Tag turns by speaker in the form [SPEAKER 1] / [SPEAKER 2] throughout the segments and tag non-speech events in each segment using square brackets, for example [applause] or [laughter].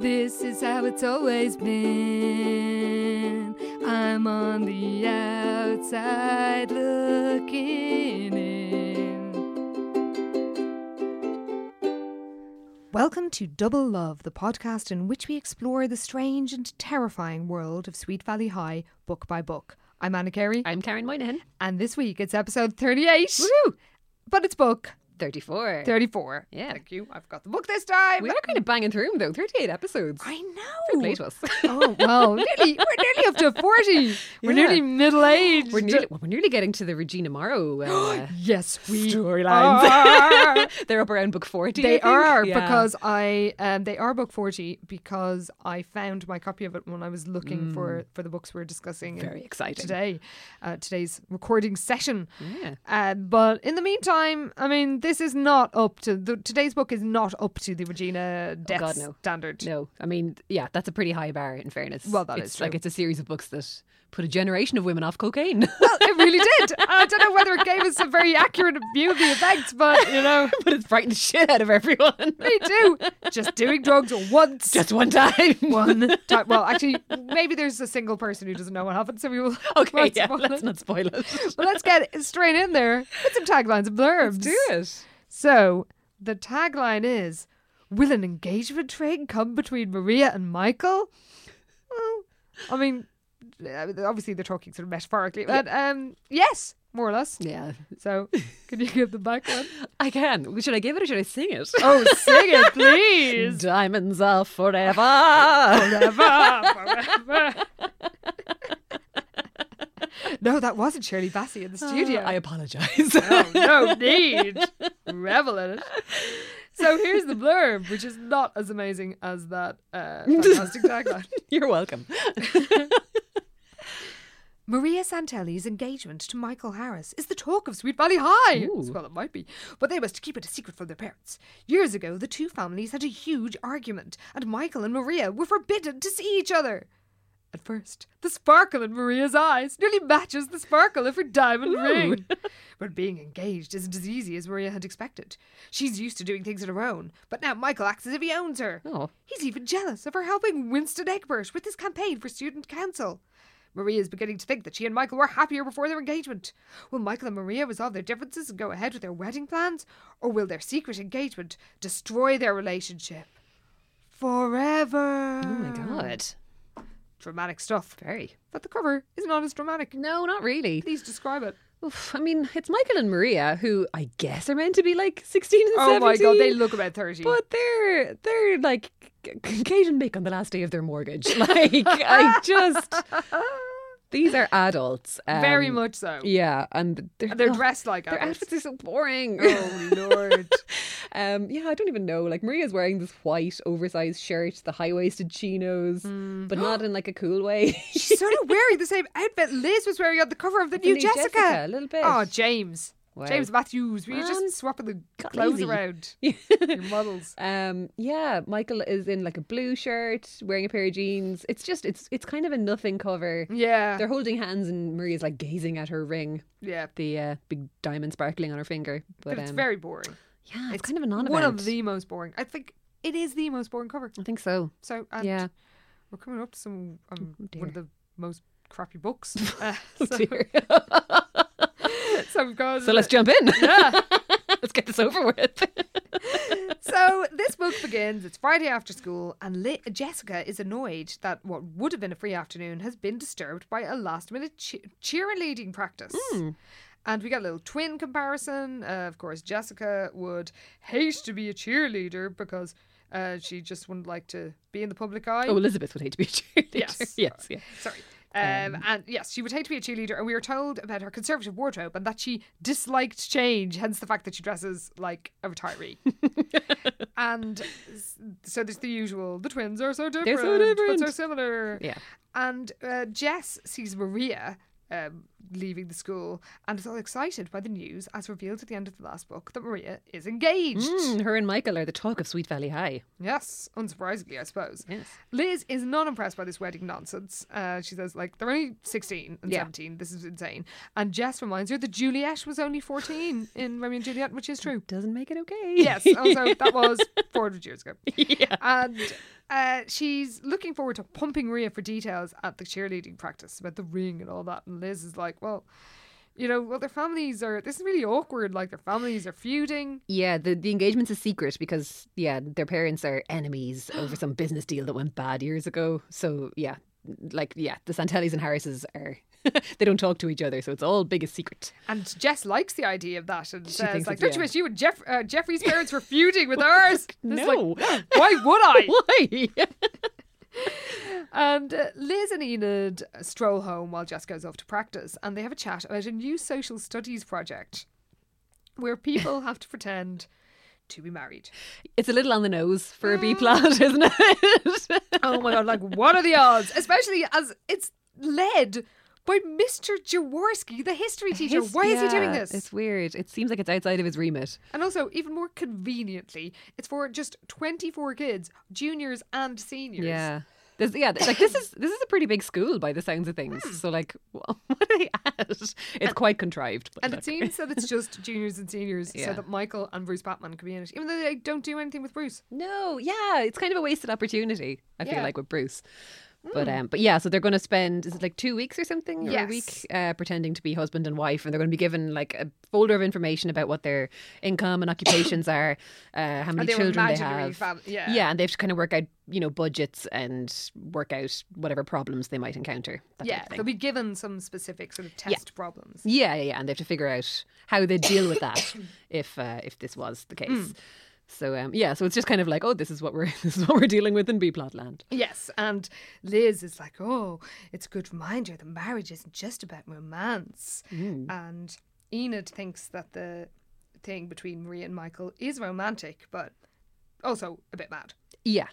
[SPEAKER 1] This is how it's always been. I'm on the outside looking in.
[SPEAKER 2] Welcome to Double Love, the podcast in which we explore the strange and terrifying world of Sweet Valley High book by book. I'm Anna Carey,
[SPEAKER 3] I'm Karen Moynihan.
[SPEAKER 2] and this week it's episode 38.
[SPEAKER 3] Woo!
[SPEAKER 2] But it's book
[SPEAKER 3] 34.
[SPEAKER 2] 34.
[SPEAKER 3] Yeah.
[SPEAKER 2] Thank you. I've got the book this time.
[SPEAKER 3] We are kind of banging through them, though. 38 episodes.
[SPEAKER 2] I
[SPEAKER 3] Fair
[SPEAKER 2] know.
[SPEAKER 3] play to us.
[SPEAKER 2] Oh, well, nearly, we're nearly up to 40. We're
[SPEAKER 3] Yeah.
[SPEAKER 2] nearly middle aged.
[SPEAKER 3] We're nearly, well, we're nearly getting to the Regina Morrow. Uh,
[SPEAKER 2] Yes, we
[SPEAKER 3] Storylines.
[SPEAKER 2] are.
[SPEAKER 3] [gasps] [laughs] they're up around book 40. I
[SPEAKER 2] They
[SPEAKER 3] think.
[SPEAKER 2] are
[SPEAKER 3] Yeah.
[SPEAKER 2] because I um, they are book forty because I found my copy of it when I was looking for for the books we're discussing. in
[SPEAKER 3] Mm. Very exciting.
[SPEAKER 2] today, uh, today's recording session.
[SPEAKER 3] Yeah.
[SPEAKER 2] Uh, but in the meantime, I mean, this is not up to the, today's book is not up to the Regina Death
[SPEAKER 3] Oh, God, no.
[SPEAKER 2] standard.
[SPEAKER 3] No, I mean, yeah, that's a pretty high bar, in fairness.
[SPEAKER 2] Well, that
[SPEAKER 3] it's
[SPEAKER 2] is
[SPEAKER 3] like
[SPEAKER 2] true.
[SPEAKER 3] it's a series of books that put a generation of women off cocaine. [laughs]
[SPEAKER 2] Well, [laughs] it really did. I don't know whether it gave us a very accurate view of the effects, but you know,
[SPEAKER 3] but it's frightened the shit out of everyone. [laughs]
[SPEAKER 2] me too. Just doing drugs once.
[SPEAKER 3] Just one time.
[SPEAKER 2] [laughs]
[SPEAKER 3] [laughs]
[SPEAKER 2] one time. Well, actually, maybe there's a single person who doesn't know what happened, so we will.
[SPEAKER 3] [laughs] Okay,
[SPEAKER 2] won't
[SPEAKER 3] yeah,
[SPEAKER 2] spoil
[SPEAKER 3] let's
[SPEAKER 2] it.
[SPEAKER 3] not spoil it.
[SPEAKER 2] Well, let's get straight in there with some taglines and blurbs.
[SPEAKER 3] it.
[SPEAKER 2] So, the tagline is Will an engagement ring come between Maria and Michael? Well, I mean, uh, obviously they're talking sort of metaphorically, but um, yes, more or less.
[SPEAKER 3] Yeah.
[SPEAKER 2] So, can you give them back one?
[SPEAKER 3] I can. Should I give it or should I sing it?
[SPEAKER 2] [laughs]
[SPEAKER 3] [laughs]
[SPEAKER 2] Oh, sing it, please.
[SPEAKER 3] Diamonds are forever.
[SPEAKER 2] [laughs] Forever, forever. [laughs] no, that wasn't Shirley Bassey in the studio.
[SPEAKER 3] I apologize.
[SPEAKER 2] Oh, [laughs] no need. Revel in it. So here's the blurb, which is not as amazing as that uh, fantastic tagline.
[SPEAKER 3] [laughs] You're welcome.
[SPEAKER 2] Maria Santelli's engagement to Michael Harris is the talk of Sweet Valley High.
[SPEAKER 3] Ooh.
[SPEAKER 2] Well, it might be, but they must keep it a secret from their parents. Years ago, the two families had a huge argument, and Michael and Maria were forbidden to see each other. At first, the sparkle in Maria's eyes nearly matches the sparkle of her diamond ring. But being engaged isn't as easy as Maria had expected. She's used to doing things on her own, but now Michael acts as if he owns her.
[SPEAKER 3] Oh.
[SPEAKER 2] He's even jealous of her helping Winston Egbert with his campaign for student council. Maria is beginning to think that she and Michael were happier before their engagement. Will Michael and Maria resolve their differences and go ahead with their wedding plans? Or will their secret engagement destroy their relationship? Forever.
[SPEAKER 3] Oh my god.
[SPEAKER 2] Dramatic stuff.
[SPEAKER 3] Very.
[SPEAKER 2] But the cover is not as dramatic.
[SPEAKER 3] No, not really.
[SPEAKER 2] Please describe it.
[SPEAKER 3] Oof, I mean, it's Michael and Maria who I guess are meant to be like 16 and
[SPEAKER 2] Oh my god, they
[SPEAKER 3] 17,
[SPEAKER 2] look about 30.
[SPEAKER 3] But they're they're like c- c- Kate and Mick on the last day of their mortgage. [laughs] Like I
[SPEAKER 2] [laughs]
[SPEAKER 3] just these are adults.
[SPEAKER 2] Very
[SPEAKER 3] um,
[SPEAKER 2] much so.
[SPEAKER 3] Yeah, and they're,
[SPEAKER 2] They're
[SPEAKER 3] oh,
[SPEAKER 2] dressed like
[SPEAKER 3] Their
[SPEAKER 2] adults.
[SPEAKER 3] outfits are so
[SPEAKER 2] [laughs]
[SPEAKER 3] boring.
[SPEAKER 2] Oh lord.
[SPEAKER 3] Um, yeah, I don't even know. Like Maria's wearing this white oversized shirt, the high waisted chinos,
[SPEAKER 2] Hmm. Mm.
[SPEAKER 3] but
[SPEAKER 2] [gasps]
[SPEAKER 3] not in like a cool way. [laughs]
[SPEAKER 2] She's sort of wearing the same outfit Liz was wearing on the cover of the new
[SPEAKER 3] new
[SPEAKER 2] Jessica.
[SPEAKER 3] Jessica, a little bit.
[SPEAKER 2] Oh, James.
[SPEAKER 3] Wow. [laughs]
[SPEAKER 2] James Matthews. Were you
[SPEAKER 3] Man,
[SPEAKER 2] just swapping the
[SPEAKER 3] got
[SPEAKER 2] clothes
[SPEAKER 3] lazy. [laughs]
[SPEAKER 2] around? Your models.
[SPEAKER 3] um, yeah, Michael is in like a blue shirt, wearing a pair of jeans. It's just it's it's kind of a nothing cover.
[SPEAKER 2] Yeah.
[SPEAKER 3] They're holding hands, and Maria's like gazing at her ring,
[SPEAKER 2] Yeah.
[SPEAKER 3] the uh, big diamond sparkling on her finger. But,
[SPEAKER 2] But it's
[SPEAKER 3] um,
[SPEAKER 2] very boring.
[SPEAKER 3] yeah, it's, kind of a non
[SPEAKER 2] One of the most boring. I think It is the most boring cover.
[SPEAKER 3] I think so.
[SPEAKER 2] So and
[SPEAKER 3] yeah. Oh,
[SPEAKER 2] we're coming up to some um,
[SPEAKER 3] dear.
[SPEAKER 2] one of the most crappy books. Uh,
[SPEAKER 3] [laughs]
[SPEAKER 2] [laughs] [laughs]
[SPEAKER 3] Oh,
[SPEAKER 2] so,
[SPEAKER 3] dear.
[SPEAKER 2] so we've got
[SPEAKER 3] so let's jump in. Yeah. [laughs] let's get this over with.
[SPEAKER 2] [laughs] So this book begins. It's Friday after school, and Li- Jessica is annoyed that what would have been a free afternoon has been disturbed by a last-minute che- cheerleading practice. And we got a little twin comparison. Uh, of course, Jessica would hate to be a cheerleader because uh, she just wouldn't like to be in the public eye.
[SPEAKER 3] Oh, Elizabeth would hate to be a cheerleader.
[SPEAKER 2] Yes.
[SPEAKER 3] [laughs] yes, yeah.
[SPEAKER 2] Sorry. Um, and yes, she would hate to be a cheerleader, and we were told about her conservative wardrobe and that she disliked change, hence the fact that she dresses like a retiree. and s- so there's the usual the twins are so different,
[SPEAKER 3] different.
[SPEAKER 2] but so similar.
[SPEAKER 3] Yeah.
[SPEAKER 2] And uh, Jess sees Maria. Um, leaving the school and is all excited by the news as revealed at the end of the last book that Maria is engaged.
[SPEAKER 3] Mm, her and Michael are the talk of Sweet Valley High.
[SPEAKER 2] Yes, unsurprisingly, I suppose.
[SPEAKER 3] Yes.
[SPEAKER 2] Liz is not impressed by this wedding nonsense. Uh, she says, like, they're only 16 and
[SPEAKER 3] Yeah.
[SPEAKER 2] 17. This is insane. And Jess reminds her that Juliet was only
[SPEAKER 3] [laughs]
[SPEAKER 2] 14 in Romeo and Juliet, which is true.
[SPEAKER 3] Doesn't make it okay.
[SPEAKER 2] Yes, also, that was 400 years
[SPEAKER 3] [laughs]
[SPEAKER 2] ago. And uh, she's looking forward to pumping Rhea for details at the cheerleading practice about the ring and all that. And Liz is like, well, you know, well, their families are, this is really awkward. Like, their families are feuding.
[SPEAKER 3] Yeah, the, the engagement's a secret because, yeah, their parents are enemies
[SPEAKER 2] [gasps]
[SPEAKER 3] over some business deal that went bad years ago. So, yeah, like, yeah, the Santellis and Harrises are, [laughs] they don't talk to each other. So it's all biggest secret. [laughs]
[SPEAKER 2] And Jess likes the idea of that and says,
[SPEAKER 3] thinks
[SPEAKER 2] like,
[SPEAKER 3] it's-
[SPEAKER 2] don't you
[SPEAKER 3] yeah.
[SPEAKER 2] wish you and Jeff- uh, Jeffrey's parents were feuding with
[SPEAKER 3] [laughs]
[SPEAKER 2] ours? It's like,
[SPEAKER 3] No.
[SPEAKER 2] Why would
[SPEAKER 3] [laughs]
[SPEAKER 2] I?
[SPEAKER 3] Why?
[SPEAKER 2] and uh, Liz and Enid stroll home while Jess goes off to practice and they have a chat about a new social studies project where people have to pretend to be
[SPEAKER 3] [laughs]
[SPEAKER 2] married.
[SPEAKER 3] It's a little on the nose for a B
[SPEAKER 2] Mm.
[SPEAKER 3] plot, [laughs] isn't it?
[SPEAKER 2] Oh my God, like, what are the odds? Especially as it's led by Mr. Jaworski, the history teacher. Why is he doing
[SPEAKER 3] Yeah,
[SPEAKER 2] this?
[SPEAKER 3] It's weird. It seems like it's outside of his remit.
[SPEAKER 2] And also, even more conveniently, it's for just 24 kids, juniors and seniors.
[SPEAKER 3] Yeah. There's, yeah, th- like this is this is a pretty big school by the sounds of things.
[SPEAKER 2] Hmm.
[SPEAKER 3] So like, [laughs] wh- what are they at? It's quite contrived. But
[SPEAKER 2] And
[SPEAKER 3] look.
[SPEAKER 2] it seems that it's
[SPEAKER 3] [laughs]
[SPEAKER 2] just juniors and seniors, so
[SPEAKER 3] Yeah.
[SPEAKER 2] that Michael and Bruce Batman could be in it, even though they don't do anything with Bruce.
[SPEAKER 3] No, yeah, it's kind of a wasted opportunity. I
[SPEAKER 2] Yeah. Hmm.
[SPEAKER 3] feel like with Bruce, but um, but yeah, so they're going to spend is it like two weeks or something or a
[SPEAKER 2] Yes.
[SPEAKER 3] week uh, pretending to be husband and wife, and they're going to be given like a folder of information about what their income and
[SPEAKER 2] [coughs]
[SPEAKER 3] occupations are, uh, how many
[SPEAKER 2] they were
[SPEAKER 3] children they
[SPEAKER 2] imaginary
[SPEAKER 3] have,
[SPEAKER 2] fam- yeah.
[SPEAKER 3] yeah, and they have to kind of work out you know budgets and work out whatever problems they might encounter. that type
[SPEAKER 2] yeah,
[SPEAKER 3] of thing.
[SPEAKER 2] they'll be given some specific sort of test problems.
[SPEAKER 3] Yeah, yeah, yeah, and they have to figure out how they deal
[SPEAKER 2] [coughs]
[SPEAKER 3] with that if uh, if this was the
[SPEAKER 2] Hmm.
[SPEAKER 3] case. So um, yeah, so it's just kind of like, oh, this is what we're [laughs] this is what we're dealing with in B plot land.
[SPEAKER 2] Yes, and Liz is like, oh, it's a good reminder that marriage isn't just about romance. And Enid thinks that the thing between Maria and Michael is romantic, but also a bit mad.
[SPEAKER 3] Yeah,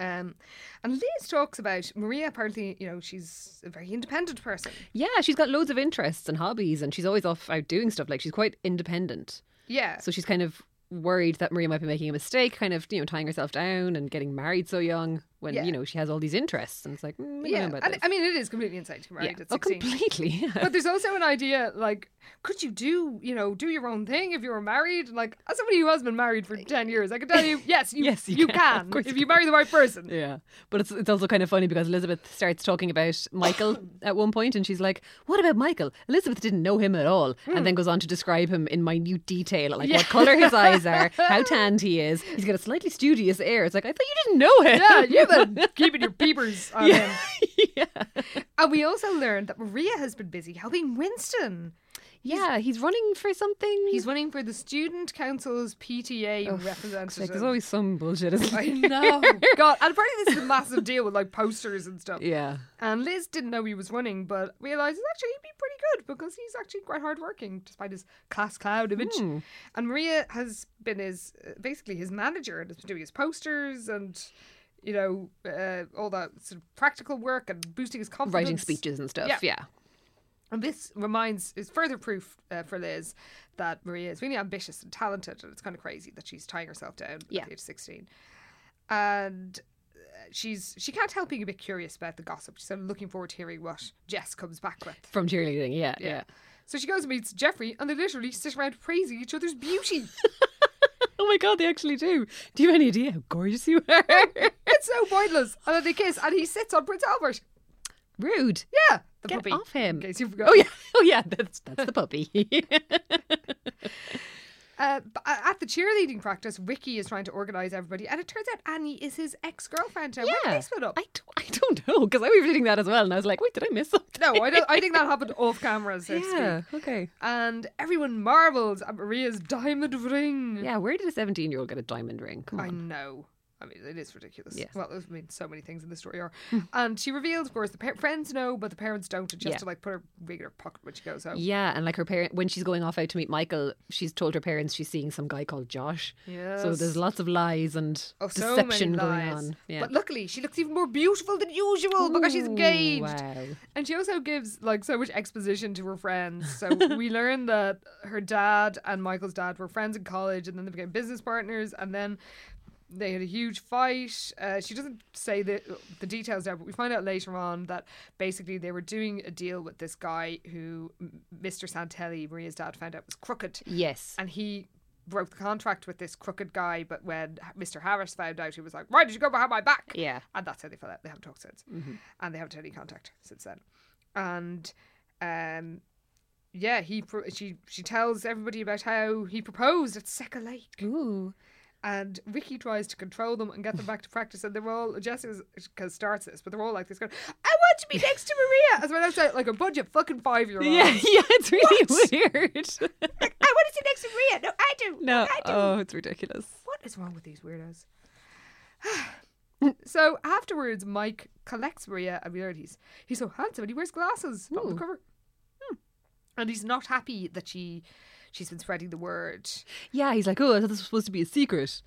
[SPEAKER 2] Um, and Liz talks about Maria. Apparently, you know, she's a very independent person.
[SPEAKER 3] yeah, she's got loads of interests and hobbies, and she's always off out doing stuff. Like she's quite independent,
[SPEAKER 2] Yeah,
[SPEAKER 3] so she's kind of worried that Maria might be making a mistake, kind of you know tying herself down and getting married so young when
[SPEAKER 2] Yeah.
[SPEAKER 3] you know she has all these interests, and it's like, mm, I
[SPEAKER 2] yeah.
[SPEAKER 3] don't know about
[SPEAKER 2] And
[SPEAKER 3] this.
[SPEAKER 2] I mean, it is completely insane to be married
[SPEAKER 3] yeah.
[SPEAKER 2] at
[SPEAKER 3] Oh,
[SPEAKER 2] sixteen.
[SPEAKER 3] completely. [laughs] Yeah.
[SPEAKER 2] but there's also an idea like, could you do, you know, do your own thing if you were married? Like, as somebody who has been married for ten years, I can tell you,
[SPEAKER 3] [laughs]
[SPEAKER 2] yes, you,
[SPEAKER 3] Yes,
[SPEAKER 2] you,
[SPEAKER 3] you
[SPEAKER 2] can,
[SPEAKER 3] can. Of course
[SPEAKER 2] if
[SPEAKER 3] you
[SPEAKER 2] you marry the right person.
[SPEAKER 3] Yeah, but it's it's also kind of funny because Elizabeth starts talking about [laughs] Michael at one point, and she's like, "What about Michael?" Elizabeth didn't know him at all, and then goes on to describe him in minute detail, like what color his eyes [laughs] are, how tanned he is. He's got a slightly studious air. It's like I thought you didn't know him.
[SPEAKER 2] Yeah,
[SPEAKER 3] [laughs]
[SPEAKER 2] you've been keeping your peepers on him.
[SPEAKER 3] yeah.
[SPEAKER 2] And we also learned that Maria has been busy helping Winston.
[SPEAKER 3] Yeah, he's running for something.
[SPEAKER 2] He's running for the student council's PTA
[SPEAKER 3] Oh, for fuck's
[SPEAKER 2] representative.
[SPEAKER 3] like, there's always some bullshit. [laughs] Isn't
[SPEAKER 2] I
[SPEAKER 3] there?
[SPEAKER 2] know. God, and apparently this is a massive deal with like posters and stuff.
[SPEAKER 3] Yeah.
[SPEAKER 2] And Liz didn't know he was running, but realizes actually he'd be pretty good because he's actually quite hardworking, despite his class cloud image.
[SPEAKER 3] Hmm.
[SPEAKER 2] And Maria has been his uh, basically his manager and has been doing his posters and you know uh, all that sort of practical work and boosting his confidence,
[SPEAKER 3] Writing speeches and stuff.
[SPEAKER 2] Yeah.
[SPEAKER 3] Yeah.
[SPEAKER 2] And this reminds is further proof uh, for Liz that Maria is really ambitious and talented, and it's kind of crazy that she's tying herself down
[SPEAKER 3] Yeah.
[SPEAKER 2] at the age of sixteen. And uh, she's she can't help being a bit curious about the gossip. She's sort of looking forward to hearing what Jess comes back with.
[SPEAKER 3] From cheerleading. Yeah. Yeah. [laughs]
[SPEAKER 2] So she goes and meets Jeffrey, and they literally sit around praising each other's beauty.
[SPEAKER 3] Oh my god, they actually do. Do you have any idea how gorgeous you are? [laughs]
[SPEAKER 2] It's so pointless. And then they kiss, and he sits on Prince Albert.
[SPEAKER 3] Rude.
[SPEAKER 2] Yeah, the
[SPEAKER 3] Get
[SPEAKER 2] puppy.
[SPEAKER 3] off him.
[SPEAKER 2] In case you forgot.
[SPEAKER 3] Oh yeah, [laughs] oh yeah. That's that's the [laughs] puppy.
[SPEAKER 2] Uh, b- at the cheerleading practice, Ricky is trying to organise everybody, and it turns out Annie is his ex girlfriend. Yeah. When did they split up?
[SPEAKER 3] I don't, I don't know because I was reading that as well, and I was like, wait, did I miss something?
[SPEAKER 2] no, I, don't, I think that happened off camera,
[SPEAKER 3] [laughs]
[SPEAKER 2] so to speak.
[SPEAKER 3] Yeah. Okay.
[SPEAKER 2] And everyone marvels at Maria's diamond ring.
[SPEAKER 3] Yeah. Where did a seventeen-year-old get a diamond ring? Come
[SPEAKER 2] I
[SPEAKER 3] on.
[SPEAKER 2] know. I mean, it is ridiculous.
[SPEAKER 3] Yes. Hmm.
[SPEAKER 2] Well, I mean, so many things in the story are. and she reveals, of course, the par- friends know, but the parents don't. And she
[SPEAKER 3] Yeah.
[SPEAKER 2] has to, like, put her ring in her pocket when she goes home.
[SPEAKER 3] Yeah, and like her parent, when she's going off out to meet Michael, she's told her parents she's seeing some guy called Josh. So
[SPEAKER 2] Yes.
[SPEAKER 3] there's lots of lies and
[SPEAKER 2] Oh, so many
[SPEAKER 3] deception
[SPEAKER 2] lies.
[SPEAKER 3] going on. Yeah.
[SPEAKER 2] But luckily, she looks even more beautiful than usual because she's engaged.
[SPEAKER 3] Wow.
[SPEAKER 2] And she also gives like so much exposition to her friends. So
[SPEAKER 3] [laughs]
[SPEAKER 2] we learn that her dad and Michael's dad were friends in college, and then they became business partners, and then they had a huge fight. Uh, she doesn't say the the details there, but we find out later on that basically they were doing a deal with this guy who M- Mr. Santelli, Maria's dad, found out was crooked,
[SPEAKER 3] Yes.
[SPEAKER 2] and he. Broke the contract with this crooked guy, but when Mr. Harris found out, he was like, "Why did you go behind my back?"
[SPEAKER 3] [laughs] Yeah. Mm-hmm.
[SPEAKER 2] And that's how they fell out. They haven't talked since. And they haven't had any contact since then. And um, yeah, he pro- she she tells everybody about how he proposed at Seca Lake.
[SPEAKER 3] Ooh.
[SPEAKER 2] And Ricky tries to control them and get them back to practice. And they're all, Jesse was- 'cause starts this, but they're all like this going, I want to be next to Maria. As well as like a bunch of fucking five year olds.
[SPEAKER 3] Yeah, [laughs] yeah, it's really weird.
[SPEAKER 2] I want to sit next to Maria. No, I do.
[SPEAKER 3] [laughs] no,
[SPEAKER 2] I do.
[SPEAKER 3] oh, it's ridiculous.
[SPEAKER 2] What is wrong with these weirdos? [sighs] so afterwards, Mike collects Maria and we learn he's he's so handsome and he wears glasses not on the
[SPEAKER 3] Ooh.
[SPEAKER 2] cover. Hmm. And he's not happy that she she's been spreading the word.
[SPEAKER 3] Yeah, he's like, oh, I thought this was supposed to be a secret.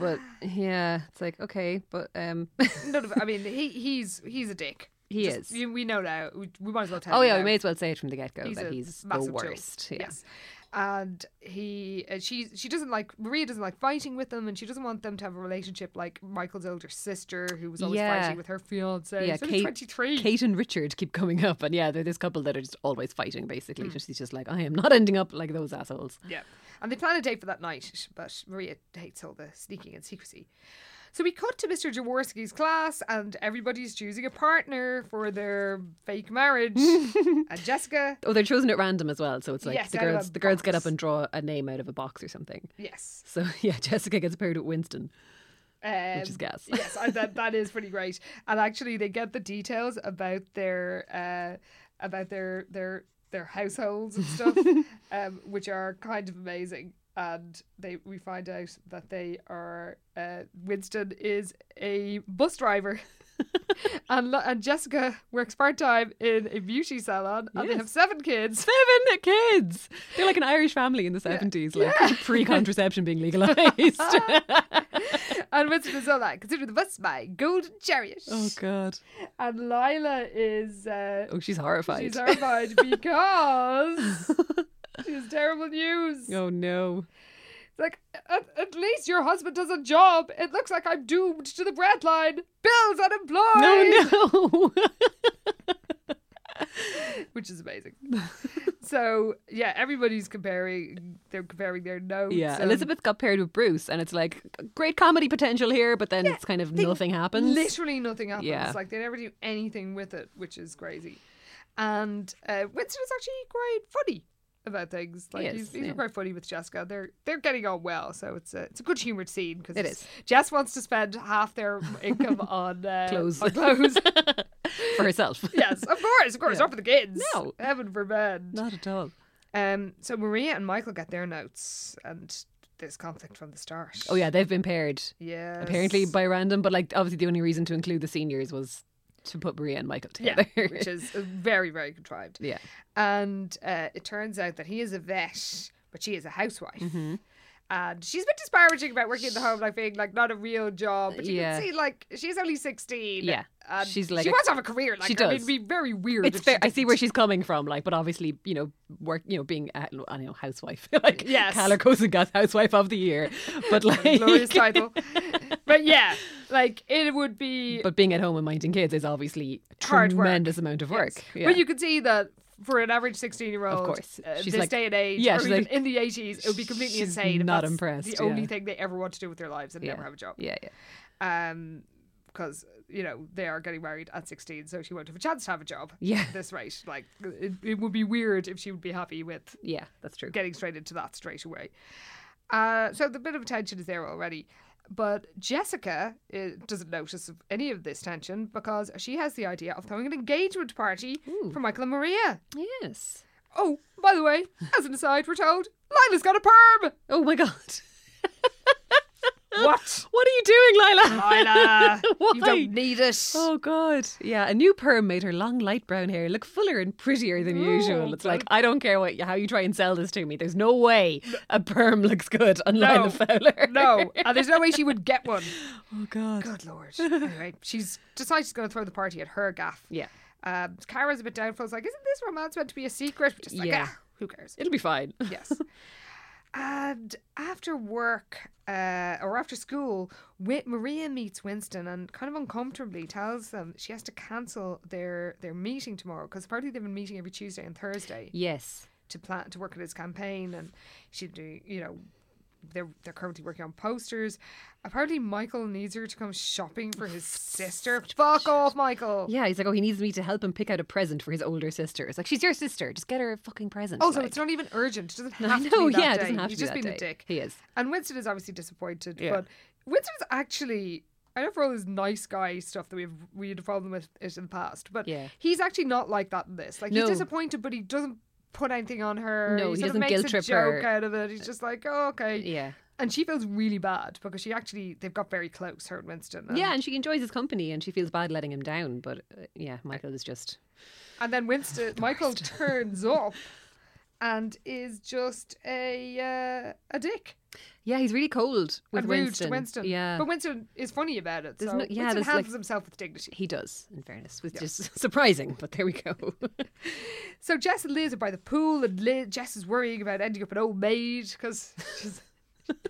[SPEAKER 3] But yeah, it's like okay, but um, [laughs]
[SPEAKER 2] None of I mean he he's he's a dick.
[SPEAKER 3] He
[SPEAKER 2] Just-
[SPEAKER 3] is.
[SPEAKER 2] you- we know now. We, we might as well tell.
[SPEAKER 3] oh
[SPEAKER 2] you
[SPEAKER 3] yeah, we
[SPEAKER 2] now.
[SPEAKER 3] may as well say it from the get go
[SPEAKER 2] He's
[SPEAKER 3] that
[SPEAKER 2] a
[SPEAKER 3] he's the
[SPEAKER 2] massive joke.
[SPEAKER 3] worst. Yeah.
[SPEAKER 2] Yes. And he, uh, she, she doesn't like Maria. Doesn't like fighting with them, and she doesn't want them to have a relationship like Michael's older sister, who was always
[SPEAKER 3] Yeah.
[SPEAKER 2] fighting with her fiance.
[SPEAKER 3] Yeah,
[SPEAKER 2] She's only
[SPEAKER 3] Kate,
[SPEAKER 2] twenty-three.
[SPEAKER 3] Kate and Richard keep coming up, and yeah, they're this couple that are just always fighting.
[SPEAKER 2] Hmm.
[SPEAKER 3] Basically, So she's just like, I am not ending up like those assholes.
[SPEAKER 2] Yeah. And they plan a date for that night, but Maria hates all the sneaking and secrecy. So we cut to Mr. Jaworski's class, and everybody's choosing a partner for their fake
[SPEAKER 3] [laughs]
[SPEAKER 2] marriage. and Jessica,
[SPEAKER 3] Oh, they're chosen at random as well, so it's like
[SPEAKER 2] Yes,
[SPEAKER 3] the
[SPEAKER 2] out of a
[SPEAKER 3] girls, the girls get up
[SPEAKER 2] box.
[SPEAKER 3] and draw a name out of a box or something. [laughs]
[SPEAKER 2] yes.
[SPEAKER 3] So yeah, Jessica gets paired with Winston.
[SPEAKER 2] Um,
[SPEAKER 3] is gas.
[SPEAKER 2] yes, I, that, that is pretty great. And actually, they get the details about their uh, about their their their households and
[SPEAKER 3] [laughs]
[SPEAKER 2] stuff, um, which are kind of amazing. And they we find out that they are uh, Winston is a bus
[SPEAKER 3] [laughs]
[SPEAKER 2] driver. and, lo- and Jessica works part time in a beauty salon, and they
[SPEAKER 3] Yes.
[SPEAKER 2] have seven kids. [laughs]
[SPEAKER 3] Seven kids. They're like an Irish family in the seventies, like [laughs] pre-contraception
[SPEAKER 2] [laughs]
[SPEAKER 3] being legalized.
[SPEAKER 2] And Winston is all like, consider the bus my golden chariot.
[SPEAKER 3] oh God.
[SPEAKER 2] And Lila is uh,
[SPEAKER 3] [laughs] Oh, she's horrified.
[SPEAKER 2] She's horrified because she's terrible news.
[SPEAKER 3] [laughs] oh no.
[SPEAKER 2] It's Like, at, at least your husband does a job. It looks like I'm doomed to the breadline. Bill's unemployed.
[SPEAKER 3] No, no. [laughs]
[SPEAKER 2] Which is amazing. so, yeah, everybody's comparing. They're comparing their notes.
[SPEAKER 3] yeah,
[SPEAKER 2] and
[SPEAKER 3] Elizabeth got paired with Bruce, and it's like great comedy potential here, but then it's kind of nothing happens.
[SPEAKER 2] Literally nothing happens.
[SPEAKER 3] Yeah.
[SPEAKER 2] Like, they never do anything with it, which is crazy. And uh, Winston's actually quite funny about things. Like
[SPEAKER 3] is,
[SPEAKER 2] he's, he's
[SPEAKER 3] yeah.
[SPEAKER 2] quite funny with Jessica. They're they're getting on well, so it's a it's a good humoured scene because
[SPEAKER 3] It is.
[SPEAKER 2] Jess wants to spend half their
[SPEAKER 3] [laughs]
[SPEAKER 2] income on uh,
[SPEAKER 3] Clothes.
[SPEAKER 2] on [laughs] clothes.
[SPEAKER 3] for herself.
[SPEAKER 2] [laughs] yes, of course, of course, not for the kids.
[SPEAKER 3] No.
[SPEAKER 2] heaven forbid.
[SPEAKER 3] [laughs] Not at all.
[SPEAKER 2] Um, so Maria and Michael get their notes, and there's conflict from the start.
[SPEAKER 3] Oh yeah, they've been paired.
[SPEAKER 2] yes.
[SPEAKER 3] Apparently by random, but like obviously the only reason to include the seniors was to put Maria and Michael
[SPEAKER 2] yeah,
[SPEAKER 3] [laughs] together.
[SPEAKER 2] which is very very contrived.
[SPEAKER 3] yeah.
[SPEAKER 2] and uh, it turns out that he is a vet, but she is a housewife.
[SPEAKER 3] Mm-hmm.
[SPEAKER 2] And she's been disparaging about working in the home, like being like not a real job. But you
[SPEAKER 3] Yeah.
[SPEAKER 2] can see, like she's only sixteen.
[SPEAKER 3] Yeah.
[SPEAKER 2] and
[SPEAKER 3] She's like
[SPEAKER 2] she
[SPEAKER 3] a-
[SPEAKER 2] wants to have a career. Like
[SPEAKER 3] she
[SPEAKER 2] I mean,
[SPEAKER 3] does.
[SPEAKER 2] it'd be very weird.
[SPEAKER 3] It's
[SPEAKER 2] if
[SPEAKER 3] fair.
[SPEAKER 2] She
[SPEAKER 3] I see
[SPEAKER 2] didn't.
[SPEAKER 3] where she's coming from, like, but obviously, you know, work, you know, being a, I don't know, housewife, [laughs] like,
[SPEAKER 2] Yes.
[SPEAKER 3] Calico's and Gas Housewife of
[SPEAKER 2] [laughs]
[SPEAKER 3] the Year, but like, [laughs]
[SPEAKER 2] glorious title. But yeah, like it would be
[SPEAKER 3] but being at home and minding kids is obviously a
[SPEAKER 2] Hard work.
[SPEAKER 3] tremendous amount of work. Yeah.
[SPEAKER 2] But you can see that for an average 16 year old.
[SPEAKER 3] Of course.
[SPEAKER 2] Uh,
[SPEAKER 3] She's
[SPEAKER 2] this
[SPEAKER 3] like-
[SPEAKER 2] day and age,
[SPEAKER 3] yeah,
[SPEAKER 2] or
[SPEAKER 3] she's
[SPEAKER 2] even
[SPEAKER 3] like-
[SPEAKER 2] in the 80s, it would be completely
[SPEAKER 3] she's
[SPEAKER 2] insane. if
[SPEAKER 3] not
[SPEAKER 2] that's
[SPEAKER 3] impressed,
[SPEAKER 2] The only
[SPEAKER 3] yeah.
[SPEAKER 2] thing they ever want to do with their lives and
[SPEAKER 3] yeah.
[SPEAKER 2] never have a job.
[SPEAKER 3] Yeah, yeah.
[SPEAKER 2] Um, because you know they are getting married at 16, so she won't have a chance to have a job.
[SPEAKER 3] Yeah.
[SPEAKER 2] at this rate, like it, it would be weird if she would be happy with
[SPEAKER 3] Yeah, that's true.
[SPEAKER 2] getting straight into that straight away. Uh, so the bit of tension is there already. But Jessica uh, doesn't notice of any of this tension because she has the idea of throwing an engagement party for Michael and Maria.
[SPEAKER 3] Yes.
[SPEAKER 2] Oh, by the way, as an aside, we're told Lila's got a perm.
[SPEAKER 3] Oh my god.
[SPEAKER 2] What?
[SPEAKER 3] [laughs] What are you doing, Lila?
[SPEAKER 2] Lila, you
[SPEAKER 3] [laughs] Why?
[SPEAKER 2] don't need it.
[SPEAKER 3] Oh god. Yeah, a new perm made her long light brown hair look fuller and prettier than usual. It's like I don't care what how you try and sell this to me. There's no way a perm looks good [laughs] on Lila Fowler.
[SPEAKER 2] No, and there's no way she would get one.
[SPEAKER 3] Oh god.
[SPEAKER 2] Good lord. Anyway,
[SPEAKER 3] [laughs]
[SPEAKER 2] she's decides she's going to throw the party at her gaff.
[SPEAKER 3] Yeah.
[SPEAKER 2] Um, Kara's a bit doubtful. It's like, isn't this romance meant to be a secret? Just like,
[SPEAKER 3] Yeah.
[SPEAKER 2] ah, who cares?
[SPEAKER 3] It'll be fine. [laughs]
[SPEAKER 2] Yes. [laughs] and after work uh, or after school, Wi- Maria meets Winston and kind of uncomfortably tells them she has to cancel their their meeting tomorrow because apparently they've been meeting every Tuesday and Thursday
[SPEAKER 3] Yes.
[SPEAKER 2] to plan to work on his campaign and she do you know they're they're currently working on posters. Apparently Michael needs her to come shopping for his sister. Fuck off, Michael.
[SPEAKER 3] Yeah, he's like, oh, he needs me to help him pick out a present for his older sister. It's like she's your sister. Just get her a fucking present.
[SPEAKER 2] Also,
[SPEAKER 3] like.
[SPEAKER 2] Oh, it's not even urgent. It doesn't
[SPEAKER 3] [laughs] No, I
[SPEAKER 2] have
[SPEAKER 3] know,
[SPEAKER 2] to be that
[SPEAKER 3] yeah, it
[SPEAKER 2] day.
[SPEAKER 3] doesn't have
[SPEAKER 2] He's
[SPEAKER 3] to be
[SPEAKER 2] just
[SPEAKER 3] that
[SPEAKER 2] being a
[SPEAKER 3] day.
[SPEAKER 2] dick.
[SPEAKER 3] He is.
[SPEAKER 2] And Winston is obviously disappointed,
[SPEAKER 3] Yeah.
[SPEAKER 2] but Winston's actually I know for all this nice guy stuff that we've we had a problem with it in the past, but
[SPEAKER 3] Yeah.
[SPEAKER 2] he's actually not like that in this. Like
[SPEAKER 3] No.
[SPEAKER 2] he's disappointed, but he doesn't put anything on her.
[SPEAKER 3] No,
[SPEAKER 2] he,
[SPEAKER 3] he
[SPEAKER 2] sort
[SPEAKER 3] doesn't
[SPEAKER 2] of makes
[SPEAKER 3] guilt
[SPEAKER 2] a
[SPEAKER 3] trip
[SPEAKER 2] joke
[SPEAKER 3] her. Uh,
[SPEAKER 2] out of it. He's just like, oh, okay,
[SPEAKER 3] Yeah.
[SPEAKER 2] And she feels really bad because she actually they've got very close, her and Winston. And,
[SPEAKER 3] Yeah, and she enjoys his company and she feels bad letting him down. But uh, yeah, Michael is just.
[SPEAKER 2] and then
[SPEAKER 3] [laughs]
[SPEAKER 2] Winston Michael turns up and is just a uh, a dick.
[SPEAKER 3] Yeah, he's really cold with
[SPEAKER 2] and rude
[SPEAKER 3] Winston.
[SPEAKER 2] to Winston.
[SPEAKER 3] Yeah.
[SPEAKER 2] But Winston is funny about it.
[SPEAKER 3] There's
[SPEAKER 2] so
[SPEAKER 3] no- yeah,
[SPEAKER 2] Winston
[SPEAKER 3] there's,
[SPEAKER 2] handles
[SPEAKER 3] like-
[SPEAKER 2] himself with dignity.
[SPEAKER 3] he does, in fairness, which is [laughs] surprising, but there
[SPEAKER 2] [laughs]
[SPEAKER 3] we go.
[SPEAKER 2] So Jess and Liz are by the pool, and Liz, Jess is worrying about ending up an old maid because she's, [laughs]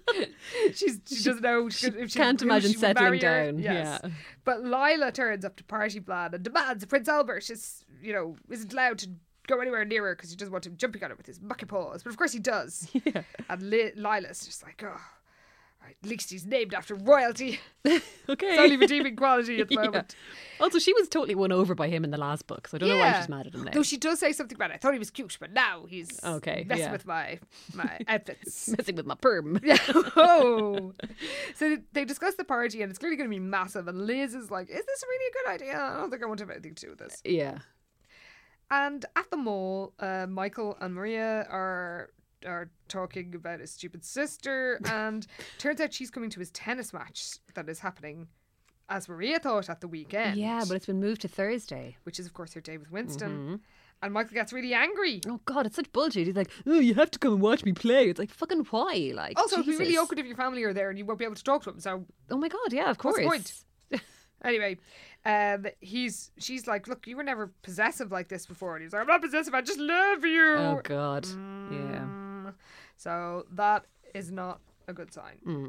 [SPEAKER 2] she's she, doesn't know she, if she
[SPEAKER 3] can't
[SPEAKER 2] who
[SPEAKER 3] imagine
[SPEAKER 2] she would
[SPEAKER 3] settling
[SPEAKER 2] marry her.
[SPEAKER 3] down,
[SPEAKER 2] Yes.
[SPEAKER 3] yeah.
[SPEAKER 2] But Lila turns up to party plan and demands that Prince Albert is you know isn't allowed to go anywhere near her because he doesn't want him jumping on her with his mucky paws. But of course he
[SPEAKER 3] [laughs]
[SPEAKER 2] does. Yeah. And Li- Lila's just like, oh, at least he's named after royalty. [laughs]
[SPEAKER 3] okay.
[SPEAKER 2] It's only redeeming quality at the
[SPEAKER 3] [laughs] Yeah.
[SPEAKER 2] moment.
[SPEAKER 3] Also, she was totally won over by him in the last book, so I don't know why she's mad at him now.
[SPEAKER 2] Though she does say something about it. I thought he was cute, but now he's
[SPEAKER 3] Okay,
[SPEAKER 2] messing
[SPEAKER 3] yeah.
[SPEAKER 2] with my
[SPEAKER 3] [laughs]
[SPEAKER 2] my [laughs] outfits.
[SPEAKER 3] [laughs] Messing with my perm.
[SPEAKER 2] oh. [laughs] So they discuss the party and it's clearly going to be massive. And Liz is like, Is this really a good idea? I don't think I want to have anything to do with this.
[SPEAKER 3] [laughs] yeah.
[SPEAKER 2] And at the mall, uh, Michael and Maria are are talking about his stupid
[SPEAKER 3] [laughs]
[SPEAKER 2] sister. And turns out she's coming to his tennis match that is happening, as Maria thought, at the weekend.
[SPEAKER 3] Yeah, but Mm-hmm. it's been moved to Thursday.
[SPEAKER 2] Which is, of course, her day with Winston. And Michael gets really angry.
[SPEAKER 3] Oh God, it's such bullshit. He's like, oh, you have to come and watch me play. It's like, fucking why? Like,
[SPEAKER 2] Also, it'd be really
[SPEAKER 3] Jesus.
[SPEAKER 2] awkward if your family are there and you won't be able to talk to them. So
[SPEAKER 3] Oh my God, yeah, of course.
[SPEAKER 2] What's the point? anyway, um, he's she's like, look, you were never possessive like this before, and he's like, I'm not possessive. I just love you.
[SPEAKER 3] Oh God,
[SPEAKER 2] Mm.
[SPEAKER 3] yeah.
[SPEAKER 2] So that is not a good sign.
[SPEAKER 3] Hmm.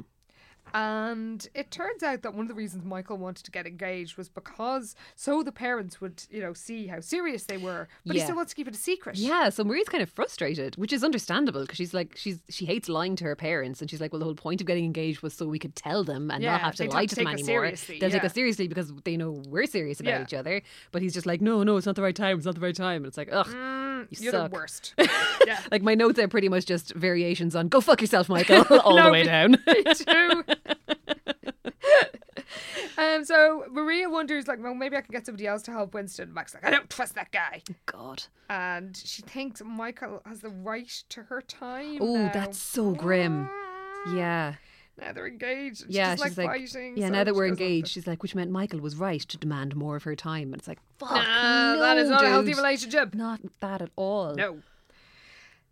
[SPEAKER 2] And it turns out that one of the reasons Michael wanted to get engaged was because so the parents would, you know, see how serious they were, but he
[SPEAKER 3] Yeah.
[SPEAKER 2] still wants to keep it a secret.
[SPEAKER 3] Yeah, so Maria's kind of frustrated, which is understandable because she's like she's she hates lying to her parents, and she's like, well, the whole point of getting engaged was so we could tell them and
[SPEAKER 2] Yeah,
[SPEAKER 3] not have to
[SPEAKER 2] they'd
[SPEAKER 3] lie
[SPEAKER 2] have
[SPEAKER 3] to
[SPEAKER 2] to
[SPEAKER 3] them
[SPEAKER 2] take us
[SPEAKER 3] anymore.
[SPEAKER 2] seriously,
[SPEAKER 3] They'll take
[SPEAKER 2] yeah.
[SPEAKER 3] us seriously because they know we're serious about
[SPEAKER 2] Yeah.
[SPEAKER 3] each other. But he's just like, no, no, it's not the right time. It's not the right time. And it's like, ugh, you
[SPEAKER 2] Mm, You're
[SPEAKER 3] suck.
[SPEAKER 2] the worst.
[SPEAKER 3] [laughs]
[SPEAKER 2] yeah.
[SPEAKER 3] Like my notes are pretty much just variations on "Go fuck yourself,
[SPEAKER 2] [laughs]
[SPEAKER 3] Michael," all
[SPEAKER 2] No,
[SPEAKER 3] the way
[SPEAKER 2] me-
[SPEAKER 3] down.
[SPEAKER 2] too. [laughs] um, so Maria wonders, like, well, maybe I can get somebody else to help Winston. Mike's like, I don't trust that guy,
[SPEAKER 3] [laughs] God.
[SPEAKER 2] and she thinks Michael has the right to her time.
[SPEAKER 3] Oh,
[SPEAKER 2] now.
[SPEAKER 3] that's so grim. Yeah.
[SPEAKER 2] Now they're engaged. and
[SPEAKER 3] Yeah,
[SPEAKER 2] she's,
[SPEAKER 3] she's
[SPEAKER 2] like,
[SPEAKER 3] like,
[SPEAKER 2] fighting.
[SPEAKER 3] yeah.
[SPEAKER 2] so
[SPEAKER 3] Now that
[SPEAKER 2] she
[SPEAKER 3] we're
[SPEAKER 2] goes on for-
[SPEAKER 3] engaged, she's like, which meant Michael was right to demand more of her time, and it's like, fuck,
[SPEAKER 2] Nah, that is
[SPEAKER 3] no,
[SPEAKER 2] not a healthy
[SPEAKER 3] dude.
[SPEAKER 2] relationship.
[SPEAKER 3] Not that at all.
[SPEAKER 2] No.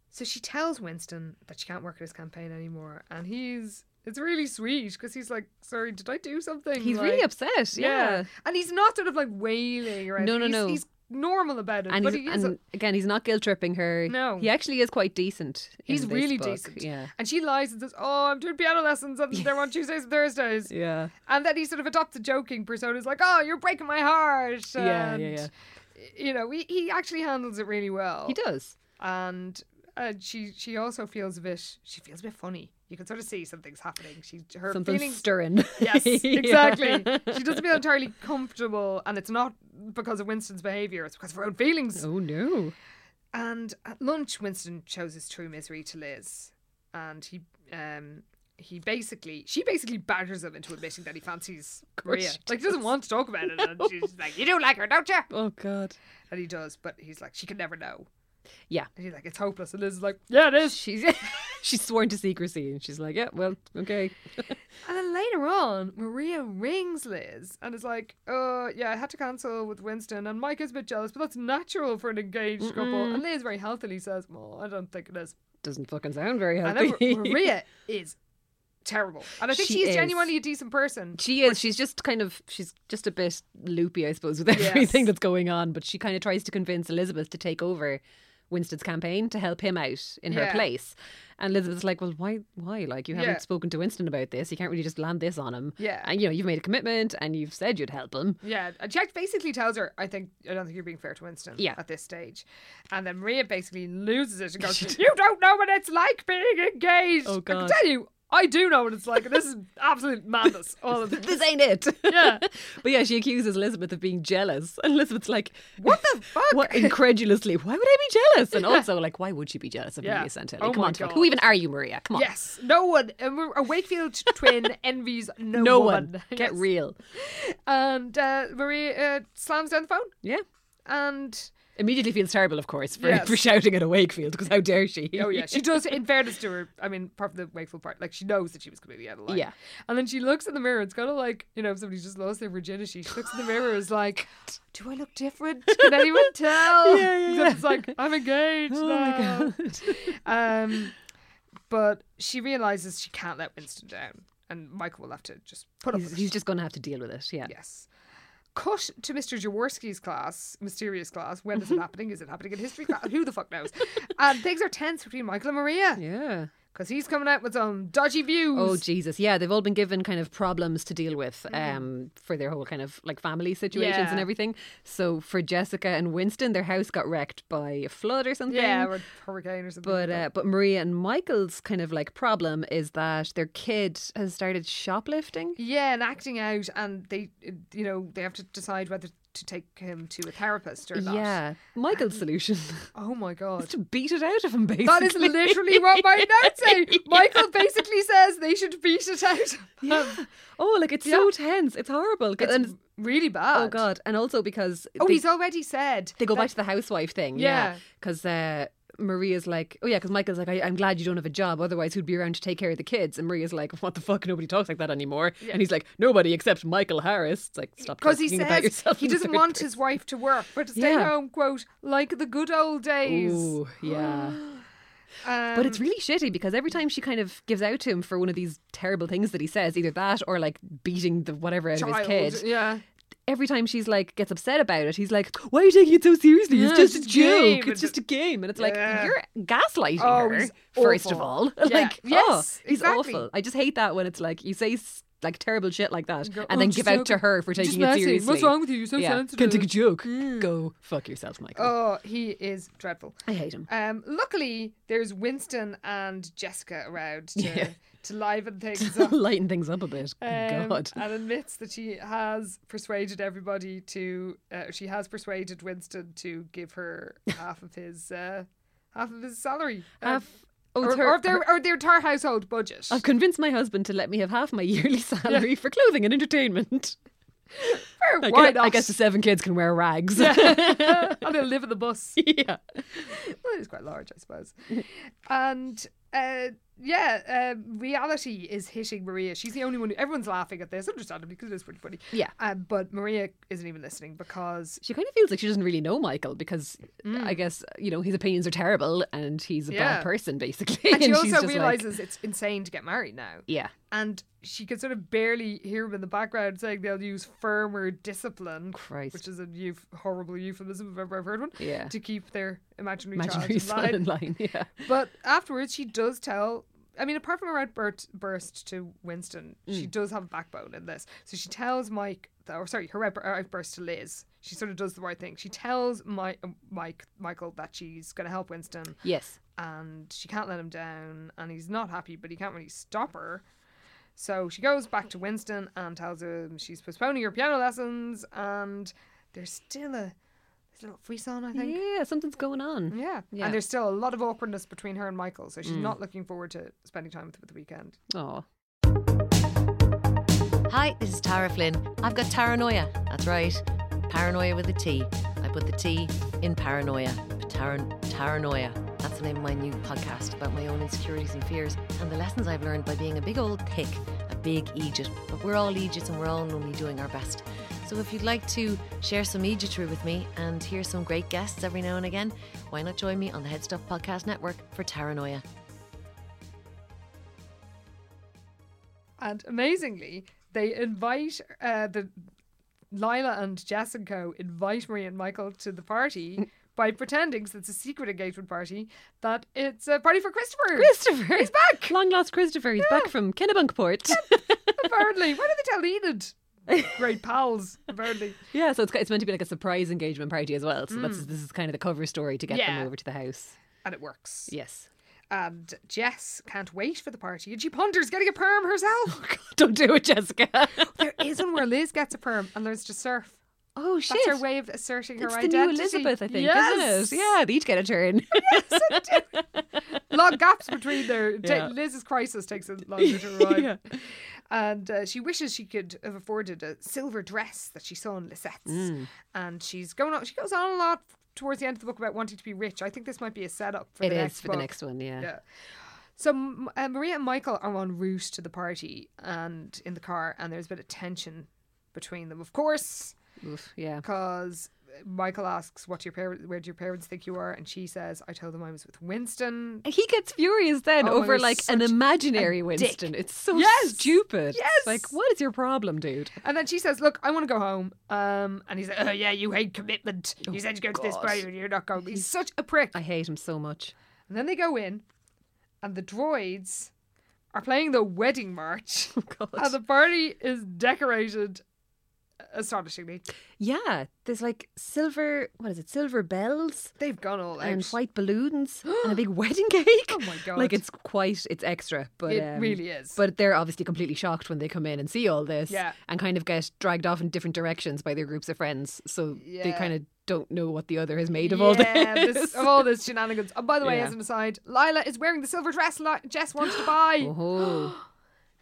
[SPEAKER 2] So she tells Winston that she can't work at his campaign anymore, and he's. It's really sweet because he's like, "Sorry, did I do something?"
[SPEAKER 3] He's
[SPEAKER 2] Like,
[SPEAKER 3] really upset. Yeah.
[SPEAKER 2] And he's not sort of like wailing or
[SPEAKER 3] No,
[SPEAKER 2] anything.
[SPEAKER 3] no,
[SPEAKER 2] he's,
[SPEAKER 3] no.
[SPEAKER 2] He's normal about it.
[SPEAKER 3] And,
[SPEAKER 2] but
[SPEAKER 3] he's,
[SPEAKER 2] he is. a-
[SPEAKER 3] and again, he's not guilt tripping her.
[SPEAKER 2] No.
[SPEAKER 3] He actually is quite decent. in
[SPEAKER 2] he's
[SPEAKER 3] this
[SPEAKER 2] really
[SPEAKER 3] book.
[SPEAKER 2] decent.
[SPEAKER 3] Yeah.
[SPEAKER 2] And she lies and says, Oh, I'm doing piano lessons and they're
[SPEAKER 3] [laughs]
[SPEAKER 2] on Tuesdays and Thursdays.
[SPEAKER 3] Yeah.
[SPEAKER 2] And then he sort of adopts a joking persona. He's like, Oh, you're breaking my heart.
[SPEAKER 3] Yeah, yeah,
[SPEAKER 2] And
[SPEAKER 3] yeah.
[SPEAKER 2] you know, he, he actually handles it really well.
[SPEAKER 3] He does.
[SPEAKER 2] and uh, she she also feels a bit she feels a bit funny. You can sort of see something's happening. She her
[SPEAKER 3] Something
[SPEAKER 2] feelings.
[SPEAKER 3] [laughs] stirring.
[SPEAKER 2] yes,
[SPEAKER 3] Yeah.
[SPEAKER 2] exactly. She doesn't feel entirely comfortable, and it's not because of Winston's behavior; it's because of her own feelings.
[SPEAKER 3] [laughs] Oh no.
[SPEAKER 2] And at lunch, Winston shows his true misery to Liz, and he um he basically she basically badgers him into admitting that he fancies
[SPEAKER 3] course
[SPEAKER 2] Maria.
[SPEAKER 3] she
[SPEAKER 2] Like he doesn't want to talk about it,
[SPEAKER 3] [laughs]
[SPEAKER 2] and she's like, "You do like her, don't you?"
[SPEAKER 3] Oh god.
[SPEAKER 2] And he does, but he's like, "She can never know."
[SPEAKER 3] Yeah.
[SPEAKER 2] And he's like, "It's hopeless," and Liz is like, [laughs] "Yeah, it is."
[SPEAKER 3] She's she's sworn to secrecy and she's like, Yeah, well, okay.
[SPEAKER 2] And then later on, Maria rings Liz and is like, "Uh, yeah, I had to cancel with Winston, and Mike is a bit jealous, but that's natural for an engaged couple." And Liz very healthily says, "Well, I don't think it is."
[SPEAKER 3] Doesn't fucking sound very
[SPEAKER 2] And
[SPEAKER 3] healthy.
[SPEAKER 2] then Ma-
[SPEAKER 3] [laughs]
[SPEAKER 2] Maria is terrible, and I think
[SPEAKER 3] She
[SPEAKER 2] she's
[SPEAKER 3] is.
[SPEAKER 2] genuinely a decent person.
[SPEAKER 3] She is. She's just kind of. She's just a bit loopy, I suppose, with everything
[SPEAKER 2] Yes.
[SPEAKER 3] that's going on. But she kind of tries to convince Elizabeth to take over Winston's campaign to help him out in
[SPEAKER 2] Yeah.
[SPEAKER 3] her place. And Elizabeth's like, "Well, why? Why? Like, you
[SPEAKER 2] Yeah.
[SPEAKER 3] haven't spoken to Winston about this. You can't really just land this on him.
[SPEAKER 2] Yeah.
[SPEAKER 3] And you know, you've made a commitment, and you've said you'd help
[SPEAKER 2] [laughs]
[SPEAKER 3] him.
[SPEAKER 2] Yeah, and Jack basically tells her, "I think I don't think you're being fair to Winston
[SPEAKER 3] Yeah.
[SPEAKER 2] at this stage," and then Maria basically loses it and goes,
[SPEAKER 3] [laughs]
[SPEAKER 2] "You don't know what it's like being engaged."
[SPEAKER 3] Oh,
[SPEAKER 2] I can
[SPEAKER 3] God.
[SPEAKER 2] tell you, I do know what it's like, and this is absolute madness. All of
[SPEAKER 3] [laughs] This ain't it.
[SPEAKER 2] Yeah.
[SPEAKER 3] but yeah, she accuses Elizabeth of being jealous, and Elizabeth's like,
[SPEAKER 2] What the fuck?
[SPEAKER 3] What [laughs] incredulously? Why would I be jealous? And also, like, why would she be jealous of
[SPEAKER 2] Yeah.
[SPEAKER 3] Maria Santilli?
[SPEAKER 2] Oh
[SPEAKER 3] Come
[SPEAKER 2] my
[SPEAKER 3] on, fuck.
[SPEAKER 2] God.
[SPEAKER 3] who even are you, Maria? Come on.
[SPEAKER 2] Yes, no one. A, a Wakefield twin envies no,
[SPEAKER 3] No
[SPEAKER 2] woman. [laughs]
[SPEAKER 3] one. Get
[SPEAKER 2] Yes.
[SPEAKER 3] real.
[SPEAKER 2] And uh, Maria uh, slams down the phone
[SPEAKER 3] Yeah.
[SPEAKER 2] and.
[SPEAKER 3] Immediately feels terrible, of course, for,
[SPEAKER 2] Yes.
[SPEAKER 3] for shouting at a Wakefield because how dare she?
[SPEAKER 2] Oh
[SPEAKER 3] [laughs]
[SPEAKER 2] yeah, she does. In fairness to her, I mean, apart from the wakeful part, like she knows that she was completely out of line.
[SPEAKER 3] Yeah.
[SPEAKER 2] And then she looks in the mirror. It's kind of like you know, if somebody's just lost their virginity. She looks in the mirror,
[SPEAKER 3] [gasps]
[SPEAKER 2] is like, "Do I look different? [laughs] Can anyone tell?"
[SPEAKER 3] [laughs] Yeah, yeah,
[SPEAKER 2] Except it's like I'm engaged
[SPEAKER 3] Oh
[SPEAKER 2] now.
[SPEAKER 3] my god.
[SPEAKER 2] [laughs] Um, but she realizes she can't let Winston down, and Michael will have to just put up.
[SPEAKER 3] He's,
[SPEAKER 2] with
[SPEAKER 3] he's
[SPEAKER 2] it.
[SPEAKER 3] just going to have to deal with it. Yeah.
[SPEAKER 2] Yes. Cut to Mr. Jaworski's class, mysterious class. When
[SPEAKER 3] Mm-hmm.
[SPEAKER 2] is it happening? Is it happening in history class? Who the fuck knows? And things are tense between Michael and Maria
[SPEAKER 3] Yeah.
[SPEAKER 2] because he's coming out with some dodgy views.
[SPEAKER 3] Oh Jesus. Yeah, they've all been given kind of problems to deal with um for their whole kind of like family situations
[SPEAKER 2] Mm-hmm. Yeah.
[SPEAKER 3] and everything. So for Jessica and Winston, their house got wrecked by a flood or something.
[SPEAKER 2] yeah, or hurricane or something.
[SPEAKER 3] Oh, But
[SPEAKER 2] like
[SPEAKER 3] uh, but Maria and Michael's kind of like problem is that their kid has started shoplifting.
[SPEAKER 2] that. yeah, and acting out, and they, uh, you know, they have to decide whether to take him to a therapist or not.
[SPEAKER 3] Yeah,
[SPEAKER 2] [laughs]
[SPEAKER 3] Michael's solution [laughs]
[SPEAKER 2] Oh my
[SPEAKER 3] is
[SPEAKER 2] god.
[SPEAKER 3] to beat it out of him. Basically,
[SPEAKER 2] That is literally what
[SPEAKER 3] [laughs]
[SPEAKER 2] my notes say. Michael basically says they should beat it out.
[SPEAKER 3] [laughs] Yeah. Oh, like it's so tense. It's horrible. 'Cause- and
[SPEAKER 2] It's
[SPEAKER 3] it's-
[SPEAKER 2] really bad.
[SPEAKER 3] oh god, and also because
[SPEAKER 2] Oh,
[SPEAKER 3] they,
[SPEAKER 2] he's already said.
[SPEAKER 3] they go
[SPEAKER 2] that-
[SPEAKER 3] back to the housewife thing.
[SPEAKER 2] Yeah.
[SPEAKER 3] because uh, Maria's like, oh yeah, because Michael's like, I, I'm glad you don't have a job, otherwise who'd be around to take care of the kids. And Maria's like, what the fuck? Nobody talks like that anymore. And he's like, nobody except Michael Harris. It's like, stop
[SPEAKER 2] Because he
[SPEAKER 3] talking about
[SPEAKER 2] says
[SPEAKER 3] yourself.
[SPEAKER 2] he
[SPEAKER 3] in the
[SPEAKER 2] doesn't
[SPEAKER 3] third
[SPEAKER 2] want his wife to work, but to stay
[SPEAKER 3] Yeah.
[SPEAKER 2] home, quote, like the good old days.
[SPEAKER 3] Ooh, yeah.
[SPEAKER 2] [gasps] Um,
[SPEAKER 3] But it's really shitty because every time she kind of gives out to him for one of these terrible things that he says, either that or like beating the whatever out
[SPEAKER 2] child.
[SPEAKER 3] of his kid,
[SPEAKER 2] Yeah.
[SPEAKER 3] every time she's like gets upset about it, he's like, Why are you taking it so seriously?
[SPEAKER 2] Yeah,
[SPEAKER 3] It's just
[SPEAKER 2] it's
[SPEAKER 3] a
[SPEAKER 2] a game."
[SPEAKER 3] joke. It's just a game. And it's like,
[SPEAKER 2] Yeah.
[SPEAKER 3] You're gaslighting
[SPEAKER 2] Oh,
[SPEAKER 3] her,
[SPEAKER 2] he's
[SPEAKER 3] first
[SPEAKER 2] awful.
[SPEAKER 3] of all. [laughs]
[SPEAKER 2] Yeah.
[SPEAKER 3] Like,
[SPEAKER 2] Yes,
[SPEAKER 3] oh, he's
[SPEAKER 2] exactly.
[SPEAKER 3] awful. I just hate that when it's like you say s- like terrible shit like that
[SPEAKER 2] Go,
[SPEAKER 3] and
[SPEAKER 2] "Oh,
[SPEAKER 3] then
[SPEAKER 2] just
[SPEAKER 3] give
[SPEAKER 2] joking.
[SPEAKER 3] out to her for
[SPEAKER 2] Just
[SPEAKER 3] taking it
[SPEAKER 2] messing.
[SPEAKER 3] seriously.
[SPEAKER 2] What's wrong with you? You're so
[SPEAKER 3] yeah.
[SPEAKER 2] sensitive.
[SPEAKER 3] Can't take a joke. Go fuck yourself, Michael.
[SPEAKER 2] Oh, he is dreadful.
[SPEAKER 3] I
[SPEAKER 2] [laughs]
[SPEAKER 3] hate him.
[SPEAKER 2] Um, luckily, there's Winston and Jessica around to,
[SPEAKER 3] Yeah.
[SPEAKER 2] to liven
[SPEAKER 3] [laughs]
[SPEAKER 2] things up.
[SPEAKER 3] Lighten things up a bit.
[SPEAKER 2] um,
[SPEAKER 3] God.
[SPEAKER 2] And admits that she has persuaded everybody to, uh, she has persuaded Winston to give her half of his, uh, half of his salary. Um,
[SPEAKER 3] Half. Oh, it's
[SPEAKER 2] or,
[SPEAKER 3] her,
[SPEAKER 2] or their or their entire household budget.
[SPEAKER 3] I've convinced my husband to let me have half my [laughs] yearly salary for clothing and entertainment. [laughs]
[SPEAKER 2] Fair,
[SPEAKER 3] I
[SPEAKER 2] why
[SPEAKER 3] guess,
[SPEAKER 2] not?
[SPEAKER 3] I guess the seven kids can wear
[SPEAKER 2] [laughs]
[SPEAKER 3] rags.
[SPEAKER 2] and they'll live in the bus.
[SPEAKER 3] [laughs] yeah.
[SPEAKER 2] Well, it is quite large, I suppose. [laughs] and uh, yeah, um reality is hitting Maria. She's the only one. Who, everyone's laughing at this, understandably, because it's pretty funny.
[SPEAKER 3] Yeah.
[SPEAKER 2] Um, but Maria isn't even listening
[SPEAKER 3] [laughs]
[SPEAKER 2] because
[SPEAKER 3] She kind of feels like she doesn't really know Michael because I guess, you know, his opinions are terrible and he's a
[SPEAKER 2] Mm. Yeah.
[SPEAKER 3] bad person, basically. [laughs]
[SPEAKER 2] and she
[SPEAKER 3] she's
[SPEAKER 2] also
[SPEAKER 3] just like-
[SPEAKER 2] realizes it's insane to get married now.
[SPEAKER 3] yeah.
[SPEAKER 2] And she can sort of barely hear him in the background saying they'll use firmer discipline,
[SPEAKER 3] Christ.
[SPEAKER 2] which is a euf- horrible euphemism if ever I've heard one,
[SPEAKER 3] Yeah.
[SPEAKER 2] to keep their imaginary,
[SPEAKER 3] Imaginary
[SPEAKER 2] child in line. [laughs]
[SPEAKER 3] son in line. Yeah.
[SPEAKER 2] But afterwards, she does tell I mean, apart from her outburst to Winston, she does have a backbone in this. So she tells Mike, that, or sorry, her outbur- uh, outburst to Liz. She sort of does the right thing. She tells Mi- uh, Mike Michael that she's going to help Winston,
[SPEAKER 3] Yes.
[SPEAKER 2] and she can't let him down, and he's not happy, but he can't really stop her. So she goes back to Winston and tells him she's postponing her piano lessons, and there's still a there's a little frisson, I think.
[SPEAKER 3] Yeah, something's going on.
[SPEAKER 2] Yeah. Mm.
[SPEAKER 3] Yeah.
[SPEAKER 2] And there's still a lot of awkwardness between her and Michael, so she's not looking forward to spending time with him at the weekend.
[SPEAKER 3] Oh,
[SPEAKER 4] Hi, this is Tara Flynn. I've got paranoia. That's right. Paranoia with a T. I put the T in paranoia. Taran- paranoia. That's the name of my new podcast about my own insecurities and fears and the lessons I've learned by being a big old hick, a big Egypt. But we're all Egypts and we're all only doing our best. So if you'd like to share some Egyptry with me and hear some great guests every now and again, why not join me on the Head Stuff Podcast Network for Paranoia?
[SPEAKER 2] And amazingly, they invite uh, the Lila and Jess and co invite Marie and Michael to the [laughs] party by pretending, since it's a secret engagement party, that it's a party for Christopher.
[SPEAKER 3] Christopher, he's back. Long lost Christopher, he's back from Kennebunkport.
[SPEAKER 2] [laughs] apparently. Why do they tell Enid? [laughs] Great pals, apparently.
[SPEAKER 3] [laughs] yeah, so it's, it's meant to be like a surprise engagement party as well. So that's this is kind of the cover story to get
[SPEAKER 2] Mm. Yeah.
[SPEAKER 3] them over to the house.
[SPEAKER 2] And it works. [laughs]
[SPEAKER 3] Yes. [laughs]
[SPEAKER 2] And Jess can't wait for the party, and she ponders getting a perm herself.
[SPEAKER 3] Don't do it, Jessica.
[SPEAKER 2] [laughs] there is one where Liz gets a perm and learns to surf.
[SPEAKER 3] [laughs] oh shit.
[SPEAKER 2] That's her way of asserting
[SPEAKER 3] it's
[SPEAKER 2] her
[SPEAKER 3] the
[SPEAKER 2] identity.
[SPEAKER 3] new Elizabeth, I think,
[SPEAKER 2] Yes.
[SPEAKER 3] isn't it? Yeah, they each get a turn.
[SPEAKER 2] Long gaps between
[SPEAKER 3] [laughs]
[SPEAKER 2] their ta-
[SPEAKER 3] Yeah.
[SPEAKER 2] Liz's crisis takes a
[SPEAKER 3] [laughs]
[SPEAKER 2] longer to arrive. And uh, she wishes she could have afforded a silver dress that she saw in Lisette's.
[SPEAKER 3] Mm.
[SPEAKER 2] And she's going on. She goes on a lot towards the end of the book about wanting to be rich. I think this might be a setup for
[SPEAKER 3] It
[SPEAKER 2] the
[SPEAKER 3] is
[SPEAKER 2] next
[SPEAKER 3] for
[SPEAKER 2] book.
[SPEAKER 3] the next one, yeah.
[SPEAKER 2] Yeah. So M- uh, Maria and Michael are en route to the party and in the car, and there's a bit of tension between them. Of course,
[SPEAKER 3] Oof, yeah.
[SPEAKER 2] because Michael asks, "What do your parents? Where do your parents think you are?" And she says, "I told them I was with Winston."
[SPEAKER 3] He gets furious then
[SPEAKER 2] Oh,
[SPEAKER 3] over
[SPEAKER 2] he's
[SPEAKER 3] like an
[SPEAKER 2] such
[SPEAKER 3] imaginary
[SPEAKER 2] a dick.
[SPEAKER 3] Winston. It's so
[SPEAKER 2] Yes!
[SPEAKER 3] stupid.
[SPEAKER 2] Yes!
[SPEAKER 3] It's like, what is your problem, dude?
[SPEAKER 2] And then she says, "Look, I want to go home." Um, and he's like, "Oh yeah, you hate commitment. You said you go to this party, and you're not going." He's such a prick.
[SPEAKER 3] Oh, I hate him so much.
[SPEAKER 2] And then they go in, and the droids are playing the wedding
[SPEAKER 3] [laughs]
[SPEAKER 2] march,
[SPEAKER 3] Oh, God.
[SPEAKER 2] and the party is decorated astonishingly.
[SPEAKER 3] yeah, there's like silver, what is it, silver bells
[SPEAKER 2] They've gone all out.
[SPEAKER 3] and
[SPEAKER 2] [gasps]
[SPEAKER 3] white balloons and a big wedding cake.
[SPEAKER 2] Oh my God.
[SPEAKER 3] Like it's quite, it's extra, but
[SPEAKER 2] It
[SPEAKER 3] um,
[SPEAKER 2] really is.
[SPEAKER 3] But they're obviously completely shocked when they come in and see all this,
[SPEAKER 2] Yeah.
[SPEAKER 3] and kind of get dragged off in different directions by their groups of friends. So they
[SPEAKER 2] Yeah.
[SPEAKER 3] kind of don't know what the other has made of all
[SPEAKER 2] Yeah,
[SPEAKER 3] this.
[SPEAKER 2] of all this shenanigans. And by the way,
[SPEAKER 3] Yeah.
[SPEAKER 2] as an aside, Lila is wearing the silver dress Li- Jess wants to buy.
[SPEAKER 3] [laughs] oh,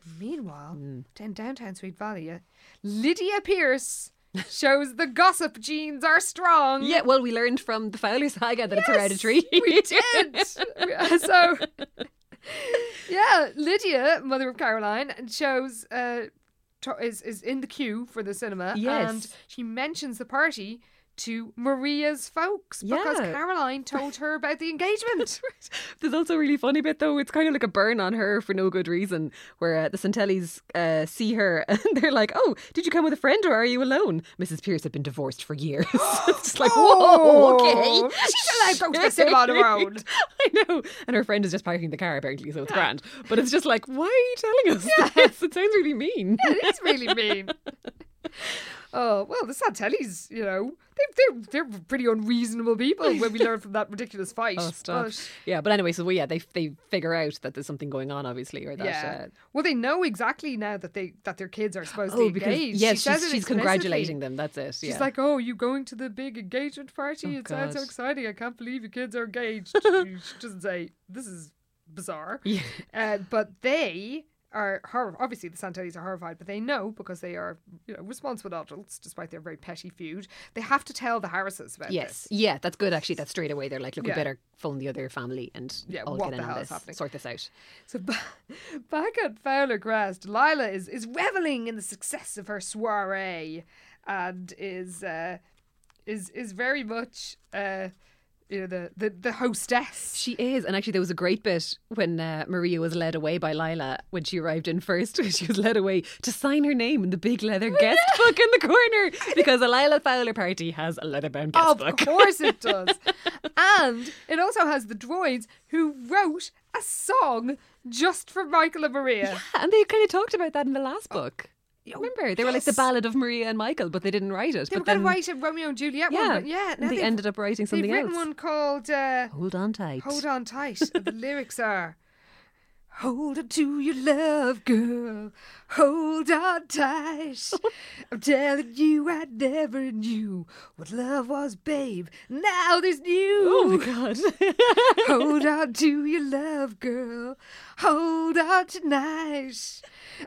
[SPEAKER 3] Hmm.
[SPEAKER 2] Meanwhile, in downtown Sweet Valley, uh, Lydia Pierce shows the gossip genes are strong.
[SPEAKER 3] yeah. Well, we learned from the Fowler saga that it's hereditary. [laughs]
[SPEAKER 2] We did. Uh, so, yeah, Lydia, mother of Caroline, shows uh, to- is is in the queue for the cinema, and
[SPEAKER 3] Yes.
[SPEAKER 2] she mentions the party. To Maria's folks because
[SPEAKER 3] Yeah.
[SPEAKER 2] Caroline told her about the engagement.
[SPEAKER 3] There's also a really funny bit though. It's kind of like a burn on her for no good reason, where uh, the Centellis uh, see her [laughs] and they're like, "Oh, did you come with a friend or are you alone?" Mrs. Pierce had been divorced for years. [laughs] it's just like, whoa,
[SPEAKER 2] Oh,
[SPEAKER 3] okay.
[SPEAKER 2] she's allowed to go to the cinema on
[SPEAKER 3] [laughs]
[SPEAKER 2] her own.
[SPEAKER 3] Shit. I know, and her friend is just parking the car apparently, so it's grand. But it's just like, why are you telling us [laughs] this? It sounds really mean.
[SPEAKER 2] [laughs] It's really mean. Oh well, the Santellis, you know, they're they're, they're pretty unreasonable people. When we learned from that ridiculous fight,
[SPEAKER 3] [laughs] Oh, stop.
[SPEAKER 2] But,
[SPEAKER 3] yeah, but anyway, so well, yeah, they they figure out that there's something going on, obviously, or that.
[SPEAKER 2] yeah.
[SPEAKER 3] Uh,
[SPEAKER 2] well, they know exactly now that they that their kids are supposed
[SPEAKER 3] Oh,
[SPEAKER 2] to engage.
[SPEAKER 3] because yes,
[SPEAKER 2] she says
[SPEAKER 3] she's,
[SPEAKER 2] it
[SPEAKER 3] she's congratulating them. That's it.
[SPEAKER 2] She's
[SPEAKER 3] yeah.
[SPEAKER 2] like, "Oh, you going to the big engagement party?
[SPEAKER 3] Oh,
[SPEAKER 2] it sounds so
[SPEAKER 3] God.
[SPEAKER 2] exciting! I can't believe your kids are
[SPEAKER 3] [laughs]
[SPEAKER 2] engaged." she doesn't say this is bizarre.
[SPEAKER 3] [laughs] Yeah.
[SPEAKER 2] Uh, but they are hor- obviously the Santellis are horrified, but they know because they are you know responsible adults, despite their very petty feud. They have to tell the Harrises about
[SPEAKER 3] Yes.
[SPEAKER 2] this.
[SPEAKER 3] Yeah, that's good actually. That's straight away they're like, look,
[SPEAKER 2] Yeah.
[SPEAKER 3] we better phone the other family and
[SPEAKER 2] Yeah,
[SPEAKER 3] all
[SPEAKER 2] what
[SPEAKER 3] get
[SPEAKER 2] the
[SPEAKER 3] in
[SPEAKER 2] hell
[SPEAKER 3] on
[SPEAKER 2] is
[SPEAKER 3] this.
[SPEAKER 2] happening?
[SPEAKER 3] Sort this out.
[SPEAKER 2] So ba- [laughs] back at Fowler Grass, Delilah is is reveling in the success of her soiree, and is uh, is is very much. Uh, you know the, the, the hostess.
[SPEAKER 3] She is. And actually there was a great bit when uh, Maria was led away by Lila when she arrived in first. [laughs] she was led away to sign her name in the big leather
[SPEAKER 2] Oh,
[SPEAKER 3] guest book in the corner. Because a Lila Fowler party has a leather bound guest
[SPEAKER 2] Of
[SPEAKER 3] [laughs] book.
[SPEAKER 2] course it does. and it also has the droids who wrote a song just for Michael and Maria.
[SPEAKER 3] And they kind of talked about that in the last book.
[SPEAKER 2] yeah,
[SPEAKER 3] Remember, they were like the
[SPEAKER 2] Oh, yes.
[SPEAKER 3] Ballad of Maria and Michael, but they didn't write it.
[SPEAKER 2] They
[SPEAKER 3] but
[SPEAKER 2] were going
[SPEAKER 3] then,
[SPEAKER 2] to write a Romeo and Juliet one,
[SPEAKER 3] Oh, yeah,
[SPEAKER 2] but yeah, now
[SPEAKER 3] they
[SPEAKER 2] they've-
[SPEAKER 3] ended up writing something
[SPEAKER 2] They've written
[SPEAKER 3] else.
[SPEAKER 2] one called uh,
[SPEAKER 3] Hold on tight. [laughs]
[SPEAKER 2] Hold On Tight. and the lyrics are Hold on to your love, girl. Hold on
[SPEAKER 3] [laughs]
[SPEAKER 2] tight. I'm telling you, I never knew what love was, babe. Now there's new.
[SPEAKER 3] Oh [laughs] my god!
[SPEAKER 2] Hold on to your love, girl. Hold on tonight.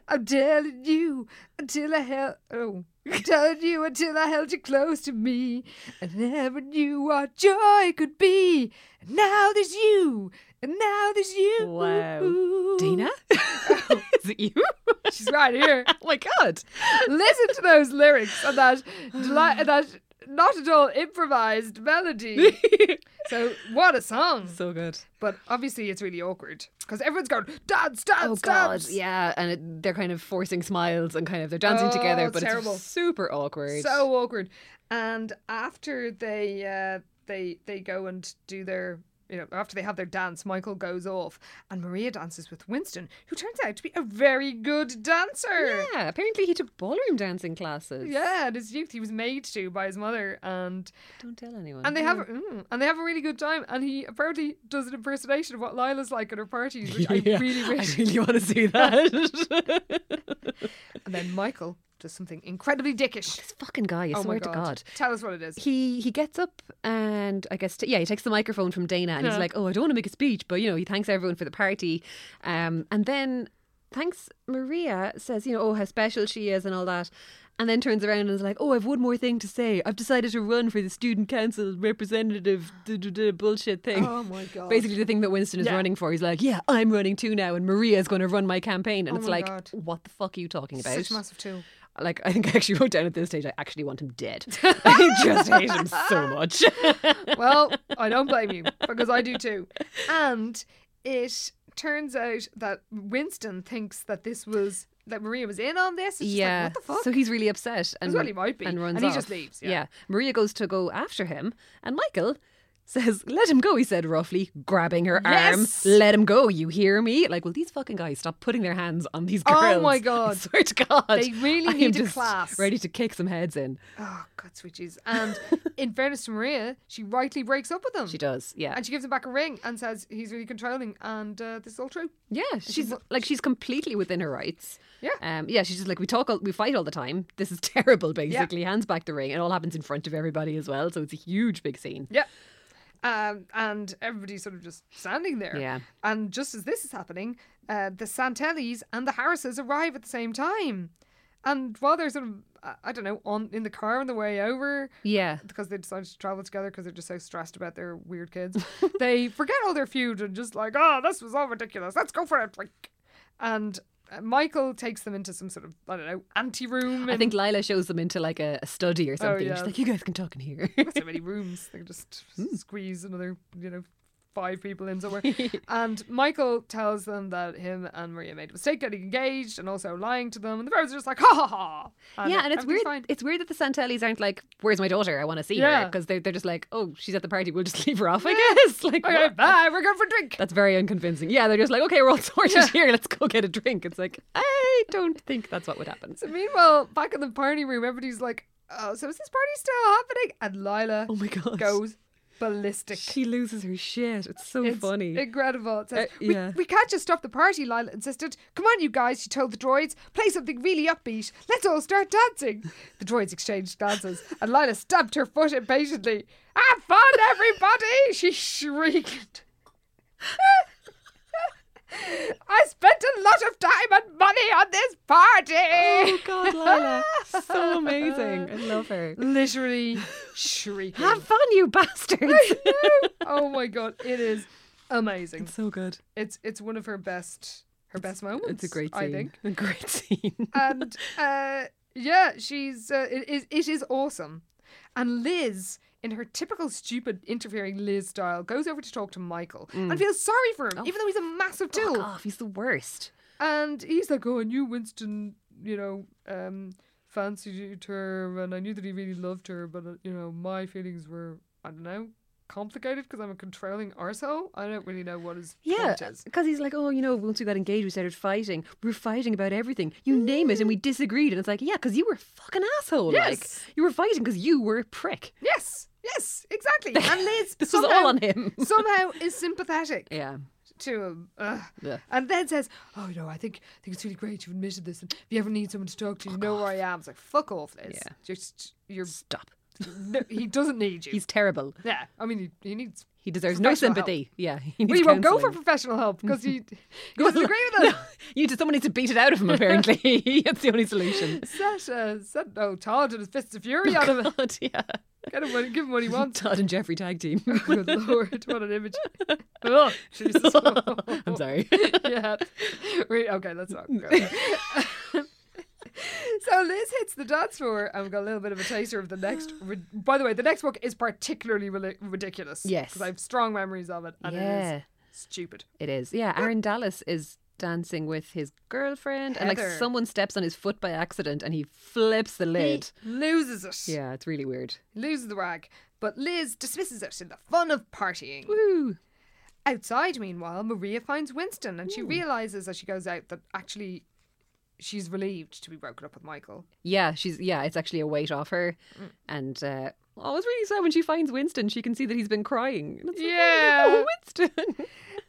[SPEAKER 2] I'm telling you until I held. Oh. I'm telling you until I held you close to me. I never knew what joy could be. And now there's you. And now there's you.
[SPEAKER 3] Wow. [laughs] Dina, is it you? [laughs] oh
[SPEAKER 2] [laughs] She's right here.
[SPEAKER 3] my god!
[SPEAKER 2] Listen to those lyrics and that, deli- and that not at all improvised
[SPEAKER 3] [laughs]
[SPEAKER 2] melody. so, what a song.
[SPEAKER 3] So good.
[SPEAKER 2] But obviously, it's really awkward because everyone's going dance, dance,
[SPEAKER 3] Oh god!
[SPEAKER 2] dance.
[SPEAKER 3] Yeah, and it, they're kind of forcing smiles and kind of they're dancing
[SPEAKER 2] Oh,
[SPEAKER 3] together,
[SPEAKER 2] it's
[SPEAKER 3] but
[SPEAKER 2] terrible.
[SPEAKER 3] it's super awkward.
[SPEAKER 2] so awkward. And after they uh, they they go and do their you know after they have their dance, Michael goes off and Maria dances with Winston, who turns out to be a very good dancer.
[SPEAKER 3] yeah. Apparently, he took ballroom dancing classes.
[SPEAKER 2] Yeah, in his youth he was made to by his mother, and
[SPEAKER 3] Don't tell anyone.
[SPEAKER 2] and they have
[SPEAKER 3] Mm-hmm.
[SPEAKER 2] mm, and they have a really good time. And he apparently does an impersonation of what Lila's like at her parties, which I
[SPEAKER 3] [laughs] [laughs] Yeah,
[SPEAKER 2] really wish
[SPEAKER 3] I really want to see [laughs] that.
[SPEAKER 2] And then Michael does something incredibly dickish.
[SPEAKER 3] this fucking guy, I
[SPEAKER 2] Oh my
[SPEAKER 3] swear
[SPEAKER 2] god.
[SPEAKER 3] to God.
[SPEAKER 2] Tell us what it is.
[SPEAKER 3] He he gets up and I guess t- yeah he takes the microphone from Dana and he's like oh I don't want to make a speech but you know he thanks everyone for the party, um and then thanks Maria says you know oh how special she is and all that, and then turns around and is like oh I've one more thing to say I've decided to run for the student council representative duh, duh, duh, bullshit thing.
[SPEAKER 2] Oh my god.
[SPEAKER 3] Basically, the thing that Winston is
[SPEAKER 2] Yeah.
[SPEAKER 3] running for, he's like, "Yeah, I'm running too now, and Maria's going to run my campaign." And
[SPEAKER 2] Oh
[SPEAKER 3] it's
[SPEAKER 2] my
[SPEAKER 3] like,
[SPEAKER 2] God.
[SPEAKER 3] "What the fuck are you talking about?"
[SPEAKER 2] such a massive tool.
[SPEAKER 3] Like, I think I
[SPEAKER 2] [laughs]
[SPEAKER 3] actually wrote down at this stage, I actually want him [laughs] dead. I just hate him so much.
[SPEAKER 2] Well, I don't blame you because I do too. And it turns out that Winston thinks that this was that Maria was in on this. It's just
[SPEAKER 3] [laughs] yeah.
[SPEAKER 2] Like, what the fuck?
[SPEAKER 3] So he's really upset. And,
[SPEAKER 2] well he might be.
[SPEAKER 3] And runs
[SPEAKER 2] And he just
[SPEAKER 3] off.
[SPEAKER 2] leaves, yeah.
[SPEAKER 3] Maria goes to go after him, and Michael says, Let him go, he said roughly, grabbing her
[SPEAKER 2] Yes!
[SPEAKER 3] arm. Let him go, you hear me? Like, will these fucking guys stop putting their hands on these
[SPEAKER 2] Oh
[SPEAKER 3] girls? [laughs]
[SPEAKER 2] my
[SPEAKER 3] I
[SPEAKER 2] God.
[SPEAKER 3] swear to God.
[SPEAKER 2] They really
[SPEAKER 3] [laughs] I am
[SPEAKER 2] need a
[SPEAKER 3] just
[SPEAKER 2] class.
[SPEAKER 3] Ready to kick some heads in.
[SPEAKER 2] oh God, switches.
[SPEAKER 3] [laughs]
[SPEAKER 2] And in fairness to Maria, she rightly breaks up with him.
[SPEAKER 3] She does, yeah.
[SPEAKER 2] And she gives him back a ring and says he's really controlling, and uh, this is all true.
[SPEAKER 3] Yeah, she's
[SPEAKER 2] wo-
[SPEAKER 3] like she's completely within her rights.
[SPEAKER 2] Yeah.
[SPEAKER 3] um, yeah. She's just like we talk, all, we fight all the time. This is [laughs] terrible. Basically, hands back the ring. It all happens in front of everybody as well, so it's a huge big scene.
[SPEAKER 2] Yep. Um, and everybody's sort of just standing there.
[SPEAKER 3] Yeah.
[SPEAKER 2] And just as this is happening, uh, the Santellis and the Harrises arrive at the same time. And while they're sort of, uh, I don't know, on in the car on the way over,
[SPEAKER 3] Yeah,
[SPEAKER 2] because they decided to travel together because they're just so stressed about their weird
[SPEAKER 3] [laughs]
[SPEAKER 2] kids, they forget all their feud and just like, oh, this was all ridiculous. Let's go for a drink. And uh, Michael takes them into some sort of, I don't know, ante room.
[SPEAKER 3] I think Lila shows them into like a, a study or something.
[SPEAKER 2] Oh, yeah.
[SPEAKER 3] She's like, "You guys can talk
[SPEAKER 2] [laughs]
[SPEAKER 3] in here."
[SPEAKER 2] so many rooms. They could just
[SPEAKER 3] Hmm.
[SPEAKER 2] squeeze another, you know, five people in
[SPEAKER 3] [laughs]
[SPEAKER 2] somewhere. and Michael tells them that him and Maria made a mistake getting engaged and also lying to them. And the parents are just like, ha ha ha.
[SPEAKER 3] yeah, and it's
[SPEAKER 2] everything's
[SPEAKER 3] weird.
[SPEAKER 2] fine.
[SPEAKER 3] It's weird that the Santellis aren't like, "Where's my daughter? I want to see
[SPEAKER 2] Yeah.
[SPEAKER 3] her," because they're they're just like, "Oh, she's at the party. We'll just [laughs] leave her off." I guess. Like,
[SPEAKER 2] Okay,
[SPEAKER 3] what?
[SPEAKER 2] bye. We're going for a drink.
[SPEAKER 3] That's very unconvincing. Yeah, they're just like, "Okay, we're all [laughs] sorted here. Let's go get a drink." It's like, I don't think that's what would happen.
[SPEAKER 2] So meanwhile, back in the party room, everybody's like, oh, so is this party still happening? And Lila
[SPEAKER 3] Oh my god.
[SPEAKER 2] goes ballistic.
[SPEAKER 3] She loses her shit. It's so
[SPEAKER 2] It's
[SPEAKER 3] funny.
[SPEAKER 2] Incredible. It says,
[SPEAKER 3] Uh, yeah.
[SPEAKER 2] we, we can't just stop the party, Lila insisted. Come on, you guys, she told the droids. Play something really upbeat. Let's all start dancing. The droids exchanged dances, and Lila stamped her foot impatiently. Have fun, everybody! she shrieked. I spent a lot of time and money on this
[SPEAKER 3] oh
[SPEAKER 2] party!
[SPEAKER 3] [laughs] god, Lila.
[SPEAKER 2] [laughs]
[SPEAKER 3] so amazing. I love her.
[SPEAKER 2] Literally shrieking.
[SPEAKER 3] Have fun, you bastards.
[SPEAKER 2] oh my god, it is amazing.
[SPEAKER 3] [laughs] so good.
[SPEAKER 2] It's it's one of her best her best moments.
[SPEAKER 3] It's a great scene.
[SPEAKER 2] I think.
[SPEAKER 3] [laughs] A great scene.
[SPEAKER 2] And uh, yeah, she's uh, it is it is awesome. And Liz, in her typical stupid interfering Liz style, goes over to talk to Michael and feels sorry for him, even though he's a massive tool.
[SPEAKER 3] Mm. Oh. off. He's the worst.
[SPEAKER 2] And he's like, "Oh, I knew Winston, you know, um, fancied her, and I knew that he really loved her, but uh, you know, my feelings were, I don't know, complicated because I'm a controlling arsehole. I don't really know what his
[SPEAKER 3] Yeah,
[SPEAKER 2] point is.
[SPEAKER 3] because he's like, oh, you know, once we got engaged, we started fighting. We were fighting about everything. You name it, and we disagreed. And it's like, yeah, because you were a fucking asshole.
[SPEAKER 2] Mm. Yes.
[SPEAKER 3] Like, you were fighting because you were a prick.
[SPEAKER 2] Yes, yes, exactly. And Liz
[SPEAKER 3] [laughs] This was
[SPEAKER 2] somehow,
[SPEAKER 3] all on him.
[SPEAKER 2] somehow is sympathetic
[SPEAKER 3] Yeah.
[SPEAKER 2] to him. Ugh.
[SPEAKER 3] Yeah.
[SPEAKER 2] And then says, "Oh no, I think I think it's really great you've admitted this. And if you ever need someone to talk to, you know where I am." It's like fuck off, Liz.
[SPEAKER 3] Oh, Yeah.
[SPEAKER 2] Just you're.
[SPEAKER 3] Stop.
[SPEAKER 2] No, he doesn't need you.
[SPEAKER 3] He's terrible.
[SPEAKER 2] yeah, I mean, he, he needs.
[SPEAKER 3] He deserves no
[SPEAKER 2] Professional help.
[SPEAKER 3] sympathy. Yeah. [laughs] He
[SPEAKER 2] Well,
[SPEAKER 3] needs
[SPEAKER 2] he won't go for
[SPEAKER 3] counselling.
[SPEAKER 2] professional help because
[SPEAKER 3] [laughs]
[SPEAKER 2] he, he doesn't agree with us.
[SPEAKER 3] You just, someone needs to beat it out of him, apparently. [laughs] That's the
[SPEAKER 2] [laughs]
[SPEAKER 3] only solution.
[SPEAKER 2] Set, uh, set, no, Todd and his fists of fury on
[SPEAKER 3] [laughs]
[SPEAKER 2] him.
[SPEAKER 3] God, yeah.
[SPEAKER 2] Get him what- give him what he
[SPEAKER 3] [laughs]
[SPEAKER 2] wants.
[SPEAKER 3] Todd and Jeffrey
[SPEAKER 2] [laughs]
[SPEAKER 3] tag team.
[SPEAKER 2] Good lord, what an
[SPEAKER 3] [laughs]
[SPEAKER 2] image. oh, Jesus.
[SPEAKER 3] I'm sorry.
[SPEAKER 2] [laughs] yeah. We- okay, let's not go there. [laughs] So Liz hits the dance floor, and we've got a little bit of a taster of the
[SPEAKER 3] [gasps]
[SPEAKER 2] next. ri- By the way, the next book is particularly reli- ridiculous.
[SPEAKER 3] Yes.
[SPEAKER 2] because I have strong memories of it, and it
[SPEAKER 3] Yeah.
[SPEAKER 2] is stupid.
[SPEAKER 3] It is. Yeah, Aaron Dallas is dancing with his girlfriend, and
[SPEAKER 2] Heather.
[SPEAKER 3] like someone steps on his foot by accident, and he flips the lid.
[SPEAKER 2] He loses it.
[SPEAKER 3] yeah, it's really weird.
[SPEAKER 2] loses the rag, but Liz dismisses it in the fun of partying.
[SPEAKER 3] Woo!
[SPEAKER 2] Outside, meanwhile, Maria finds Winston and she realizes as she goes out that actually she's relieved to be broken up with Michael.
[SPEAKER 3] Yeah, she's yeah. It's actually a weight off her,
[SPEAKER 2] Mm.
[SPEAKER 3] and uh, oh, it's really sad when she finds Winston. She can see that he's been crying. And it's like,
[SPEAKER 2] [laughs]
[SPEAKER 3] oh, Winston.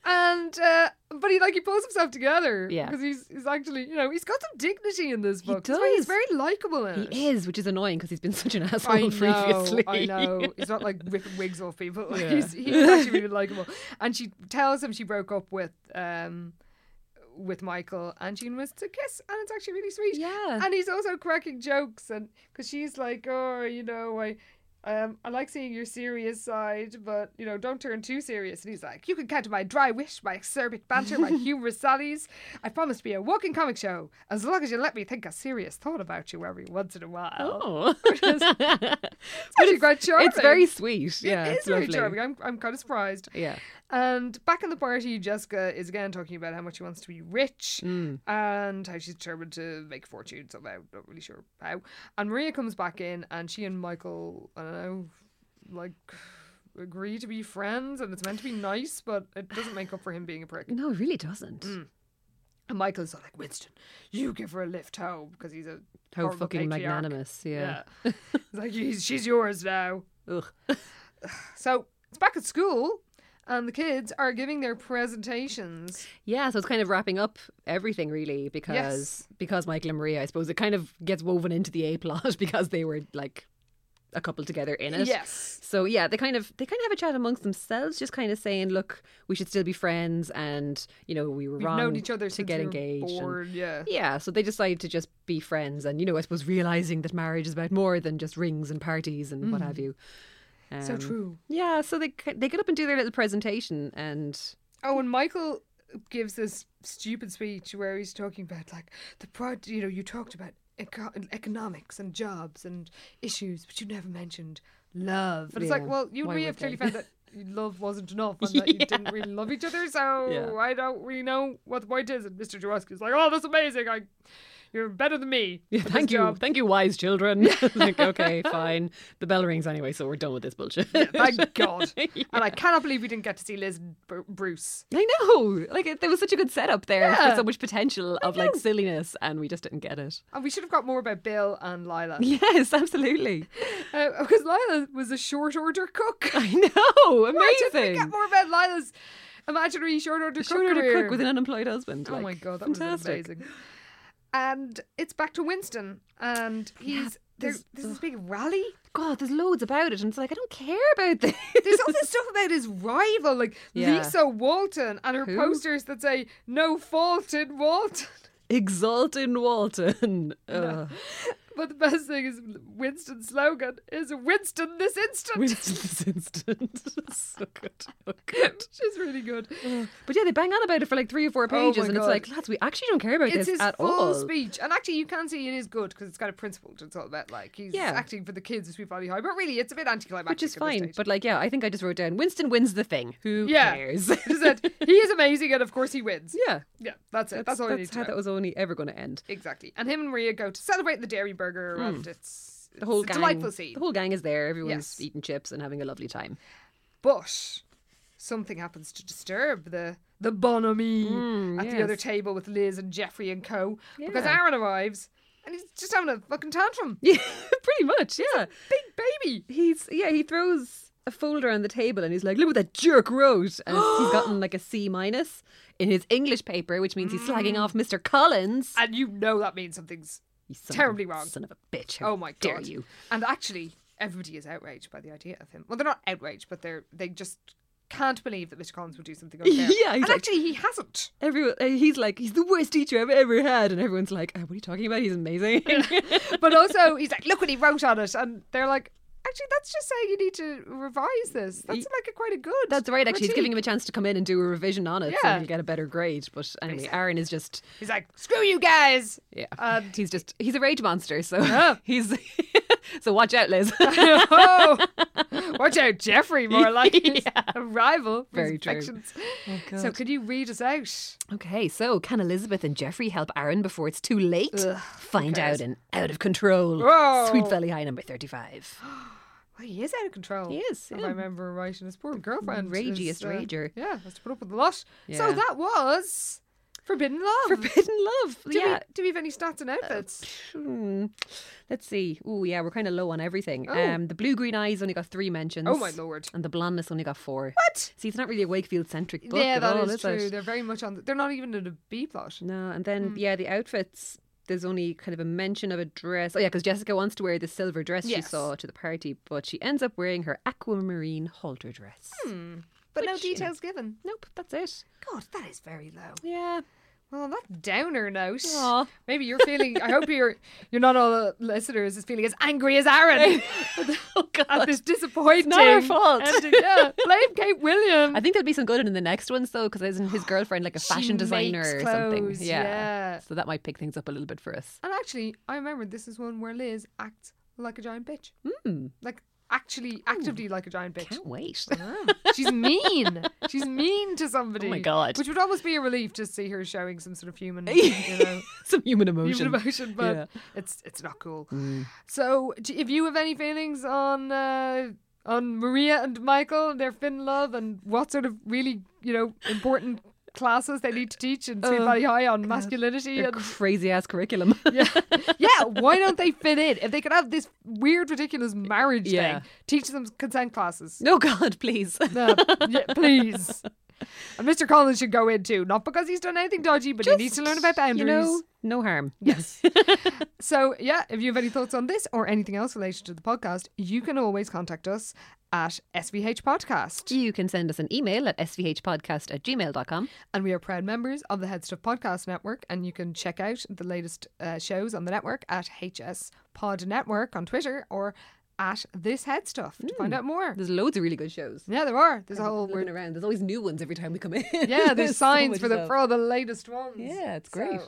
[SPEAKER 2] And uh, but he like he pulls himself together.
[SPEAKER 3] Yeah.
[SPEAKER 2] Because he's he's actually, you know, he's got some dignity in this
[SPEAKER 3] He
[SPEAKER 2] book. That's why he's
[SPEAKER 3] does.
[SPEAKER 2] very likable in it.
[SPEAKER 3] he is, which is annoying because he's been such an [laughs] asshole
[SPEAKER 2] I know,
[SPEAKER 3] previously.
[SPEAKER 2] I
[SPEAKER 3] [laughs]
[SPEAKER 2] know. He's not like ripping wigs off people. Like, he's, he's actually really likable. And she tells him she broke up with um with Michael, and she wants to kiss, and it's actually really sweet.
[SPEAKER 3] Yeah.
[SPEAKER 2] [laughs] And he's also cracking jokes, and because she's like, oh, you know, I. Um, I like seeing your serious side, but you know, don't turn too serious. And he's like, "You can count on my dry wish, my acerbic banter,
[SPEAKER 3] [laughs]
[SPEAKER 2] my humorous sallies. I promise to be a walking comic show as long as you let me think a serious thought about you every once in a while."
[SPEAKER 3] [laughs] Oh,
[SPEAKER 2] It's actually quite charming.
[SPEAKER 3] it's very sweet.
[SPEAKER 2] It
[SPEAKER 3] Yeah,
[SPEAKER 2] is
[SPEAKER 3] it's
[SPEAKER 2] very
[SPEAKER 3] lovely.
[SPEAKER 2] charming. I'm, I'm kind of surprised.
[SPEAKER 3] Yeah.
[SPEAKER 2] And back in the party, Jessica is again talking about how much she wants to be rich and how she's determined to make a fortune somehow. Not really sure how. And Maria comes back in, and she and Michael, I don't know, like agree to be friends, and it's meant to be nice, but it doesn't make up for him being a prick.
[SPEAKER 3] No, it really doesn't.
[SPEAKER 2] Mm, And Michael's all like, Winston, you give her a lift home because he's a
[SPEAKER 3] How
[SPEAKER 2] horrible
[SPEAKER 3] fucking
[SPEAKER 2] patriarch.
[SPEAKER 3] magnanimous. Yeah.
[SPEAKER 2] Yeah. [laughs] It's like, he's, she's yours now.
[SPEAKER 3] Ugh.
[SPEAKER 2] [sighs] So it's back at school, and the kids are giving their presentations.
[SPEAKER 3] Yeah, so it's kind of wrapping up everything really because
[SPEAKER 2] Yes.
[SPEAKER 3] because Michael and Maria, I suppose it kind of gets woven into the A plot [laughs] because they were like a couple together in it.
[SPEAKER 2] Yes.
[SPEAKER 3] So yeah, they kind of they kind of have a chat amongst themselves, just kind of saying, look, we should still be friends, and you know we were
[SPEAKER 2] We've
[SPEAKER 3] wrong
[SPEAKER 2] known each other
[SPEAKER 3] to
[SPEAKER 2] since
[SPEAKER 3] get
[SPEAKER 2] we were
[SPEAKER 3] engaged. and-
[SPEAKER 2] born, yeah.
[SPEAKER 3] yeah, so they decide to just be friends, and you know I suppose realizing that marriage is about more than just rings and parties and what have you.
[SPEAKER 2] Mm. So
[SPEAKER 3] Um,
[SPEAKER 2] true.
[SPEAKER 3] Yeah, so they ca- they get up and do their little presentation, and
[SPEAKER 2] Oh, and Michael gives this stupid speech where he's talking about like the prod. You know, you talked about eco- economics and jobs and issues, but you never mentioned love. And it's like,
[SPEAKER 3] Yeah,
[SPEAKER 2] well, you and
[SPEAKER 3] why
[SPEAKER 2] me
[SPEAKER 3] would
[SPEAKER 2] have clearly
[SPEAKER 3] they?
[SPEAKER 2] found that love wasn't
[SPEAKER 3] [laughs]
[SPEAKER 2] enough and that you didn't really love each other. So
[SPEAKER 3] Yeah.
[SPEAKER 2] I don't really know what the point is. And Mr. Jaworski's like, oh, that's amazing. I, you're better than
[SPEAKER 3] [laughs]
[SPEAKER 2] me.
[SPEAKER 3] Yeah,
[SPEAKER 2] at this
[SPEAKER 3] thank you,
[SPEAKER 2] job."
[SPEAKER 3] thank you, wise
[SPEAKER 2] [laughs]
[SPEAKER 3] children. [laughs] like, okay, fine. The bell rings anyway, so we're done with this bullshit.
[SPEAKER 2] Thank God. And I cannot believe we didn't get to see Liz and Br- Bruce.
[SPEAKER 3] [laughs] I know, like it- there was such a good setup there,
[SPEAKER 2] Yeah.
[SPEAKER 3] for so much potential of like silliness, and we just didn't get it.
[SPEAKER 2] And we should have got more about Bill and Lila.
[SPEAKER 3] Yes, absolutely.
[SPEAKER 2] Uh, because Lila was a short order cook.
[SPEAKER 3] [laughs] I
[SPEAKER 2] [laughs]
[SPEAKER 3] know,
[SPEAKER 2] Why didn't we
[SPEAKER 3] amazing.
[SPEAKER 2] get more about Lila's imaginary short order cook
[SPEAKER 3] Showed her to
[SPEAKER 2] career?
[SPEAKER 3] cook with an unemployed husband.
[SPEAKER 2] oh
[SPEAKER 3] like,
[SPEAKER 2] my God, that was
[SPEAKER 3] fantastic.
[SPEAKER 2] amazing. And it's back to Winston. And he's. there
[SPEAKER 3] there's-
[SPEAKER 2] there's this big
[SPEAKER 3] [laughs]
[SPEAKER 2] rally.
[SPEAKER 3] God, there's loads about it, and it's like I don't care about this.
[SPEAKER 2] There's all
[SPEAKER 3] [laughs]
[SPEAKER 2] this stuff about his rival, like
[SPEAKER 3] Yeah.
[SPEAKER 2] Lisa Walton, and her
[SPEAKER 3] Who?
[SPEAKER 2] posters that say "No fault in Walton." [laughs]
[SPEAKER 3] Exalting Walton. Ugh.
[SPEAKER 2] But the best thing is Winston's slogan is "Winston this instant."
[SPEAKER 3] Winston this instant. [laughs] so good. Oh, good.
[SPEAKER 2] [laughs] She's really good.
[SPEAKER 3] But yeah, they bang on about it for like three or four
[SPEAKER 2] Oh
[SPEAKER 3] pages,
[SPEAKER 2] my
[SPEAKER 3] and
[SPEAKER 2] God.
[SPEAKER 3] it's like, lads, we actually don't care about
[SPEAKER 2] It's
[SPEAKER 3] this
[SPEAKER 2] his
[SPEAKER 3] at
[SPEAKER 2] full
[SPEAKER 3] all.
[SPEAKER 2] speech, and actually, you can see it is good because it's kind of principled. It's all about like he's
[SPEAKER 3] Yeah.
[SPEAKER 2] acting for the kids as we Valley High, but really, it's a bit anticlimactic.
[SPEAKER 3] Which is
[SPEAKER 2] at this
[SPEAKER 3] fine,
[SPEAKER 2] stage.
[SPEAKER 3] but like, yeah, I think I just wrote down Winston wins the thing. Who
[SPEAKER 2] Yeah. [laughs]
[SPEAKER 3] cares? [laughs]
[SPEAKER 2] It is that he is amazing, and of course he wins.
[SPEAKER 3] yeah,
[SPEAKER 2] Yeah, that's it. That's, all you need to
[SPEAKER 3] how
[SPEAKER 2] know.
[SPEAKER 3] that was only ever going to end.
[SPEAKER 2] Exactly, and him and Maria go to celebrate the dairy burger, and it's
[SPEAKER 3] Hmm. The whole
[SPEAKER 2] it's a
[SPEAKER 3] gang,
[SPEAKER 2] delightful scene.
[SPEAKER 3] the whole gang is there. Everyone's
[SPEAKER 2] Yes.
[SPEAKER 3] eating chips and having a lovely time. [laughs]
[SPEAKER 2] But something happens to disturb the the bonhomie
[SPEAKER 3] Hmm,
[SPEAKER 2] at the other table with Liz and Jeffrey and Co. Because Aaron arrives and he's just having a fucking tantrum.
[SPEAKER 3] Yeah, pretty much. Yeah,
[SPEAKER 2] Big baby.
[SPEAKER 3] he's yeah he throws a folder on the table and he's like, "Look what that
[SPEAKER 2] [gasps]
[SPEAKER 3] jerk wrote," and it's- he's gotten like a C minus in his English paper, which means he's
[SPEAKER 2] Mm.
[SPEAKER 3] slagging off Mr. Collins.
[SPEAKER 2] And you know that means something's
[SPEAKER 3] You son of a-
[SPEAKER 2] terribly wrong.
[SPEAKER 3] son of a bitch! How
[SPEAKER 2] Oh my god.
[SPEAKER 3] dare you?
[SPEAKER 2] And actually, everybody is outraged by the idea of him. Well, they're not outraged, but they're they just can't believe that Mr. Collins would do something unfair.
[SPEAKER 3] [laughs] Yeah,
[SPEAKER 2] and
[SPEAKER 3] he's like-
[SPEAKER 2] actually, he hasn't.
[SPEAKER 3] Everyone, uh, he's like, he's the worst teacher I've ever had, and everyone's like, oh, "What are you talking about? He's
[SPEAKER 2] [laughs]
[SPEAKER 3] amazing."
[SPEAKER 2] But also, he's like, look what he wrote on it, and they're like, actually, that's just saying you need to revise this. That's like a, quite a good.
[SPEAKER 3] [laughs] That's right. Actually, he's giving him
[SPEAKER 2] critique."
[SPEAKER 3] a chance to come in and do a revision on it,
[SPEAKER 2] Yeah.
[SPEAKER 3] so he'll get a better grade. But anyway, Aaron is just
[SPEAKER 2] He's like, screw you
[SPEAKER 3] [laughs]
[SPEAKER 2] guys.
[SPEAKER 3] yeah,
[SPEAKER 2] Um,
[SPEAKER 3] he's just he's a rage monster. So [laughs] he's so watch out, Liz. [laughs]
[SPEAKER 2] oh, watch out, Jeffrey. More
[SPEAKER 3] [laughs]
[SPEAKER 2] like his rival. for his
[SPEAKER 3] Very true. Oh,
[SPEAKER 2] affections. so, could you read us out?
[SPEAKER 3] okay, so can Elizabeth and Jeffrey help Aaron before it's too late? Find out and out of control.
[SPEAKER 2] Whoa.
[SPEAKER 3] Sweet Valley High number thirty-five.
[SPEAKER 2] Well, Oh, he is out of control.
[SPEAKER 3] He is,
[SPEAKER 2] If
[SPEAKER 3] yeah.
[SPEAKER 2] I remember right, and his poor girlfriend.
[SPEAKER 3] ragiest
[SPEAKER 2] is, uh,
[SPEAKER 3] rager.
[SPEAKER 2] Yeah, has to put up with a lot. So
[SPEAKER 3] Yeah.
[SPEAKER 2] that was Forbidden Love.
[SPEAKER 3] [gasps] Forbidden love.
[SPEAKER 2] [laughs] do,
[SPEAKER 3] yeah.
[SPEAKER 2] we, do we have any stats and outfits?
[SPEAKER 3] Hmm. Let's see. Oh yeah, we're kind of low on everything.
[SPEAKER 2] Oh.
[SPEAKER 3] Um, the blue green eyes only got three mentions.
[SPEAKER 2] Oh, my lord.
[SPEAKER 3] And the blondness only got four.
[SPEAKER 2] What?
[SPEAKER 3] See, it's not really a Wakefield centric book.
[SPEAKER 2] yeah,
[SPEAKER 3] at
[SPEAKER 2] that
[SPEAKER 3] all,
[SPEAKER 2] is true.
[SPEAKER 3] it?
[SPEAKER 2] They're very much on. The, they're not even in a B plot.
[SPEAKER 3] No, and then
[SPEAKER 2] Hmm.
[SPEAKER 3] yeah, the outfits. There's only kind of a mention of a dress. Oh yeah, because Jessica wants to wear the silver dress she
[SPEAKER 2] Yes.
[SPEAKER 3] saw to the party, but she ends up wearing her aquamarine halter dress.
[SPEAKER 2] Hmm. But no
[SPEAKER 3] Which, you know.
[SPEAKER 2] details given.
[SPEAKER 3] Nope, that's it.
[SPEAKER 2] God, that is very low.
[SPEAKER 3] Yeah.
[SPEAKER 2] Well, on that downer note,
[SPEAKER 3] Aw.
[SPEAKER 2] maybe you're feeling. I hope
[SPEAKER 3] [laughs]
[SPEAKER 2] you're. You're not all the listeners is feeling as angry as Aaron
[SPEAKER 3] [laughs] oh
[SPEAKER 2] at this disappointing.
[SPEAKER 3] our fault.
[SPEAKER 2] ending. Yeah, blame Kate Williams.
[SPEAKER 3] I think there'll be some good in the next ones though, because
[SPEAKER 2] [gasps]
[SPEAKER 3] isn't his girlfriend like a fashion designer
[SPEAKER 2] makes
[SPEAKER 3] or something?
[SPEAKER 2] clothes, yeah.
[SPEAKER 3] So that might pick things up a little bit for us.
[SPEAKER 2] And actually, I remember this is one where Liz acts like a giant bitch.
[SPEAKER 3] Hmm.
[SPEAKER 2] Like actually, actively like a giant bitch.
[SPEAKER 3] Can't [laughs] wait.
[SPEAKER 2] She's
[SPEAKER 3] [laughs]
[SPEAKER 2] mean. She's mean to somebody.
[SPEAKER 3] Oh God.
[SPEAKER 2] Which would almost be a relief to see her showing some sort of
[SPEAKER 3] [laughs]
[SPEAKER 2] human, you know,
[SPEAKER 3] some human emotion.
[SPEAKER 2] human emotion. But
[SPEAKER 3] Yeah. Mm.
[SPEAKER 2] it's it's not cool. So, do, if you have any feelings on uh, on Maria and Michael, and their Finn love, and what sort of really you know important classes they need to teach in
[SPEAKER 3] Oh,
[SPEAKER 2] Sweet Valley High on masculinity
[SPEAKER 3] Their
[SPEAKER 2] and
[SPEAKER 3] crazy ass curriculum.
[SPEAKER 2] yeah. yeah, why don't they fit in? If they could have this weird, ridiculous marriage
[SPEAKER 3] Yeah.
[SPEAKER 2] thing, teach them consent classes.
[SPEAKER 3] [laughs] no God, please.
[SPEAKER 2] No, yeah, please. And Mr. Collins should go in too, not because he's done anything dodgy, but he needs to learn about boundaries.
[SPEAKER 3] You know, no harm. [laughs]
[SPEAKER 2] Yes. so, yeah, if you have any thoughts on this or anything else related to the podcast, you can always contact us at SVH Podcast.
[SPEAKER 3] You can send us an email at svhpodcast at gmail.com.
[SPEAKER 2] And we are proud members of the Headstuff Podcast Network. And you can check out the latest uh, shows on the network at HS Pod Network on Twitter or at This Headstuff to
[SPEAKER 3] Hmm.
[SPEAKER 2] find out more.
[SPEAKER 3] There's loads of really good shows.
[SPEAKER 2] Yeah, there are. There's a whole.
[SPEAKER 3] Looking around. There's always new ones every time we come in.
[SPEAKER 2] [laughs] Yeah,
[SPEAKER 3] [laughs]
[SPEAKER 2] there's,
[SPEAKER 3] so
[SPEAKER 2] signs
[SPEAKER 3] much
[SPEAKER 2] for the
[SPEAKER 3] stuff.
[SPEAKER 2] for all the latest ones.
[SPEAKER 3] Yeah, it's great.
[SPEAKER 2] So,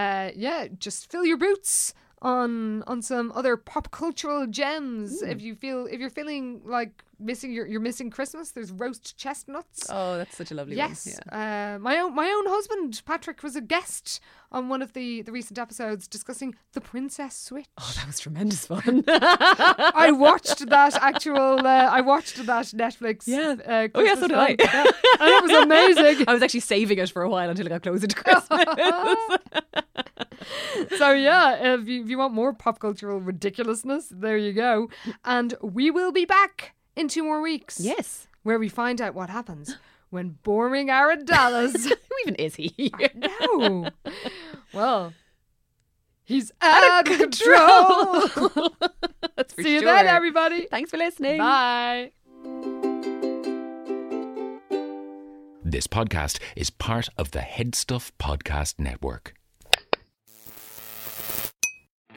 [SPEAKER 2] uh, yeah, just fill your boots on on some other pop cultural gems. If you feel if you're feeling like missing your you're missing Christmas, there's roast chestnuts.
[SPEAKER 3] Oh, that's such a lovely
[SPEAKER 2] Yes,
[SPEAKER 3] one. Yeah.
[SPEAKER 2] uh, my own my own husband Patrick was a guest on one of the the recent episodes discussing the Princess
[SPEAKER 3] [laughs]
[SPEAKER 2] Switch.
[SPEAKER 3] Oh, that was
[SPEAKER 2] [laughs]
[SPEAKER 3] tremendous fun. [laughs]
[SPEAKER 2] I watched that actual. Uh, I watched that Netflix.
[SPEAKER 3] Yeah.
[SPEAKER 2] Uh,
[SPEAKER 3] Oh, yeah,
[SPEAKER 2] Christmas
[SPEAKER 3] so did I.
[SPEAKER 2] one. Yeah, and it was amazing.
[SPEAKER 3] I was actually saving it for a while until I got closer to
[SPEAKER 2] [laughs]
[SPEAKER 3] Christmas.
[SPEAKER 2] so yeah, if you, if you want more pop cultural ridiculousness, there you go. And we will be back in two more weeks.
[SPEAKER 3] [laughs] yes.
[SPEAKER 2] where we find out what happens when boring Aaron [laughs] Dallas.
[SPEAKER 3] Who even is he?
[SPEAKER 2] no. Well, he's out, of control.
[SPEAKER 3] [laughs]
[SPEAKER 2] [laughs]
[SPEAKER 3] That's for
[SPEAKER 2] See you then,
[SPEAKER 3] sure.
[SPEAKER 2] everybody.
[SPEAKER 3] Thanks for listening.
[SPEAKER 2] Bye.
[SPEAKER 5] This podcast is part of the Headstuff Podcast Network.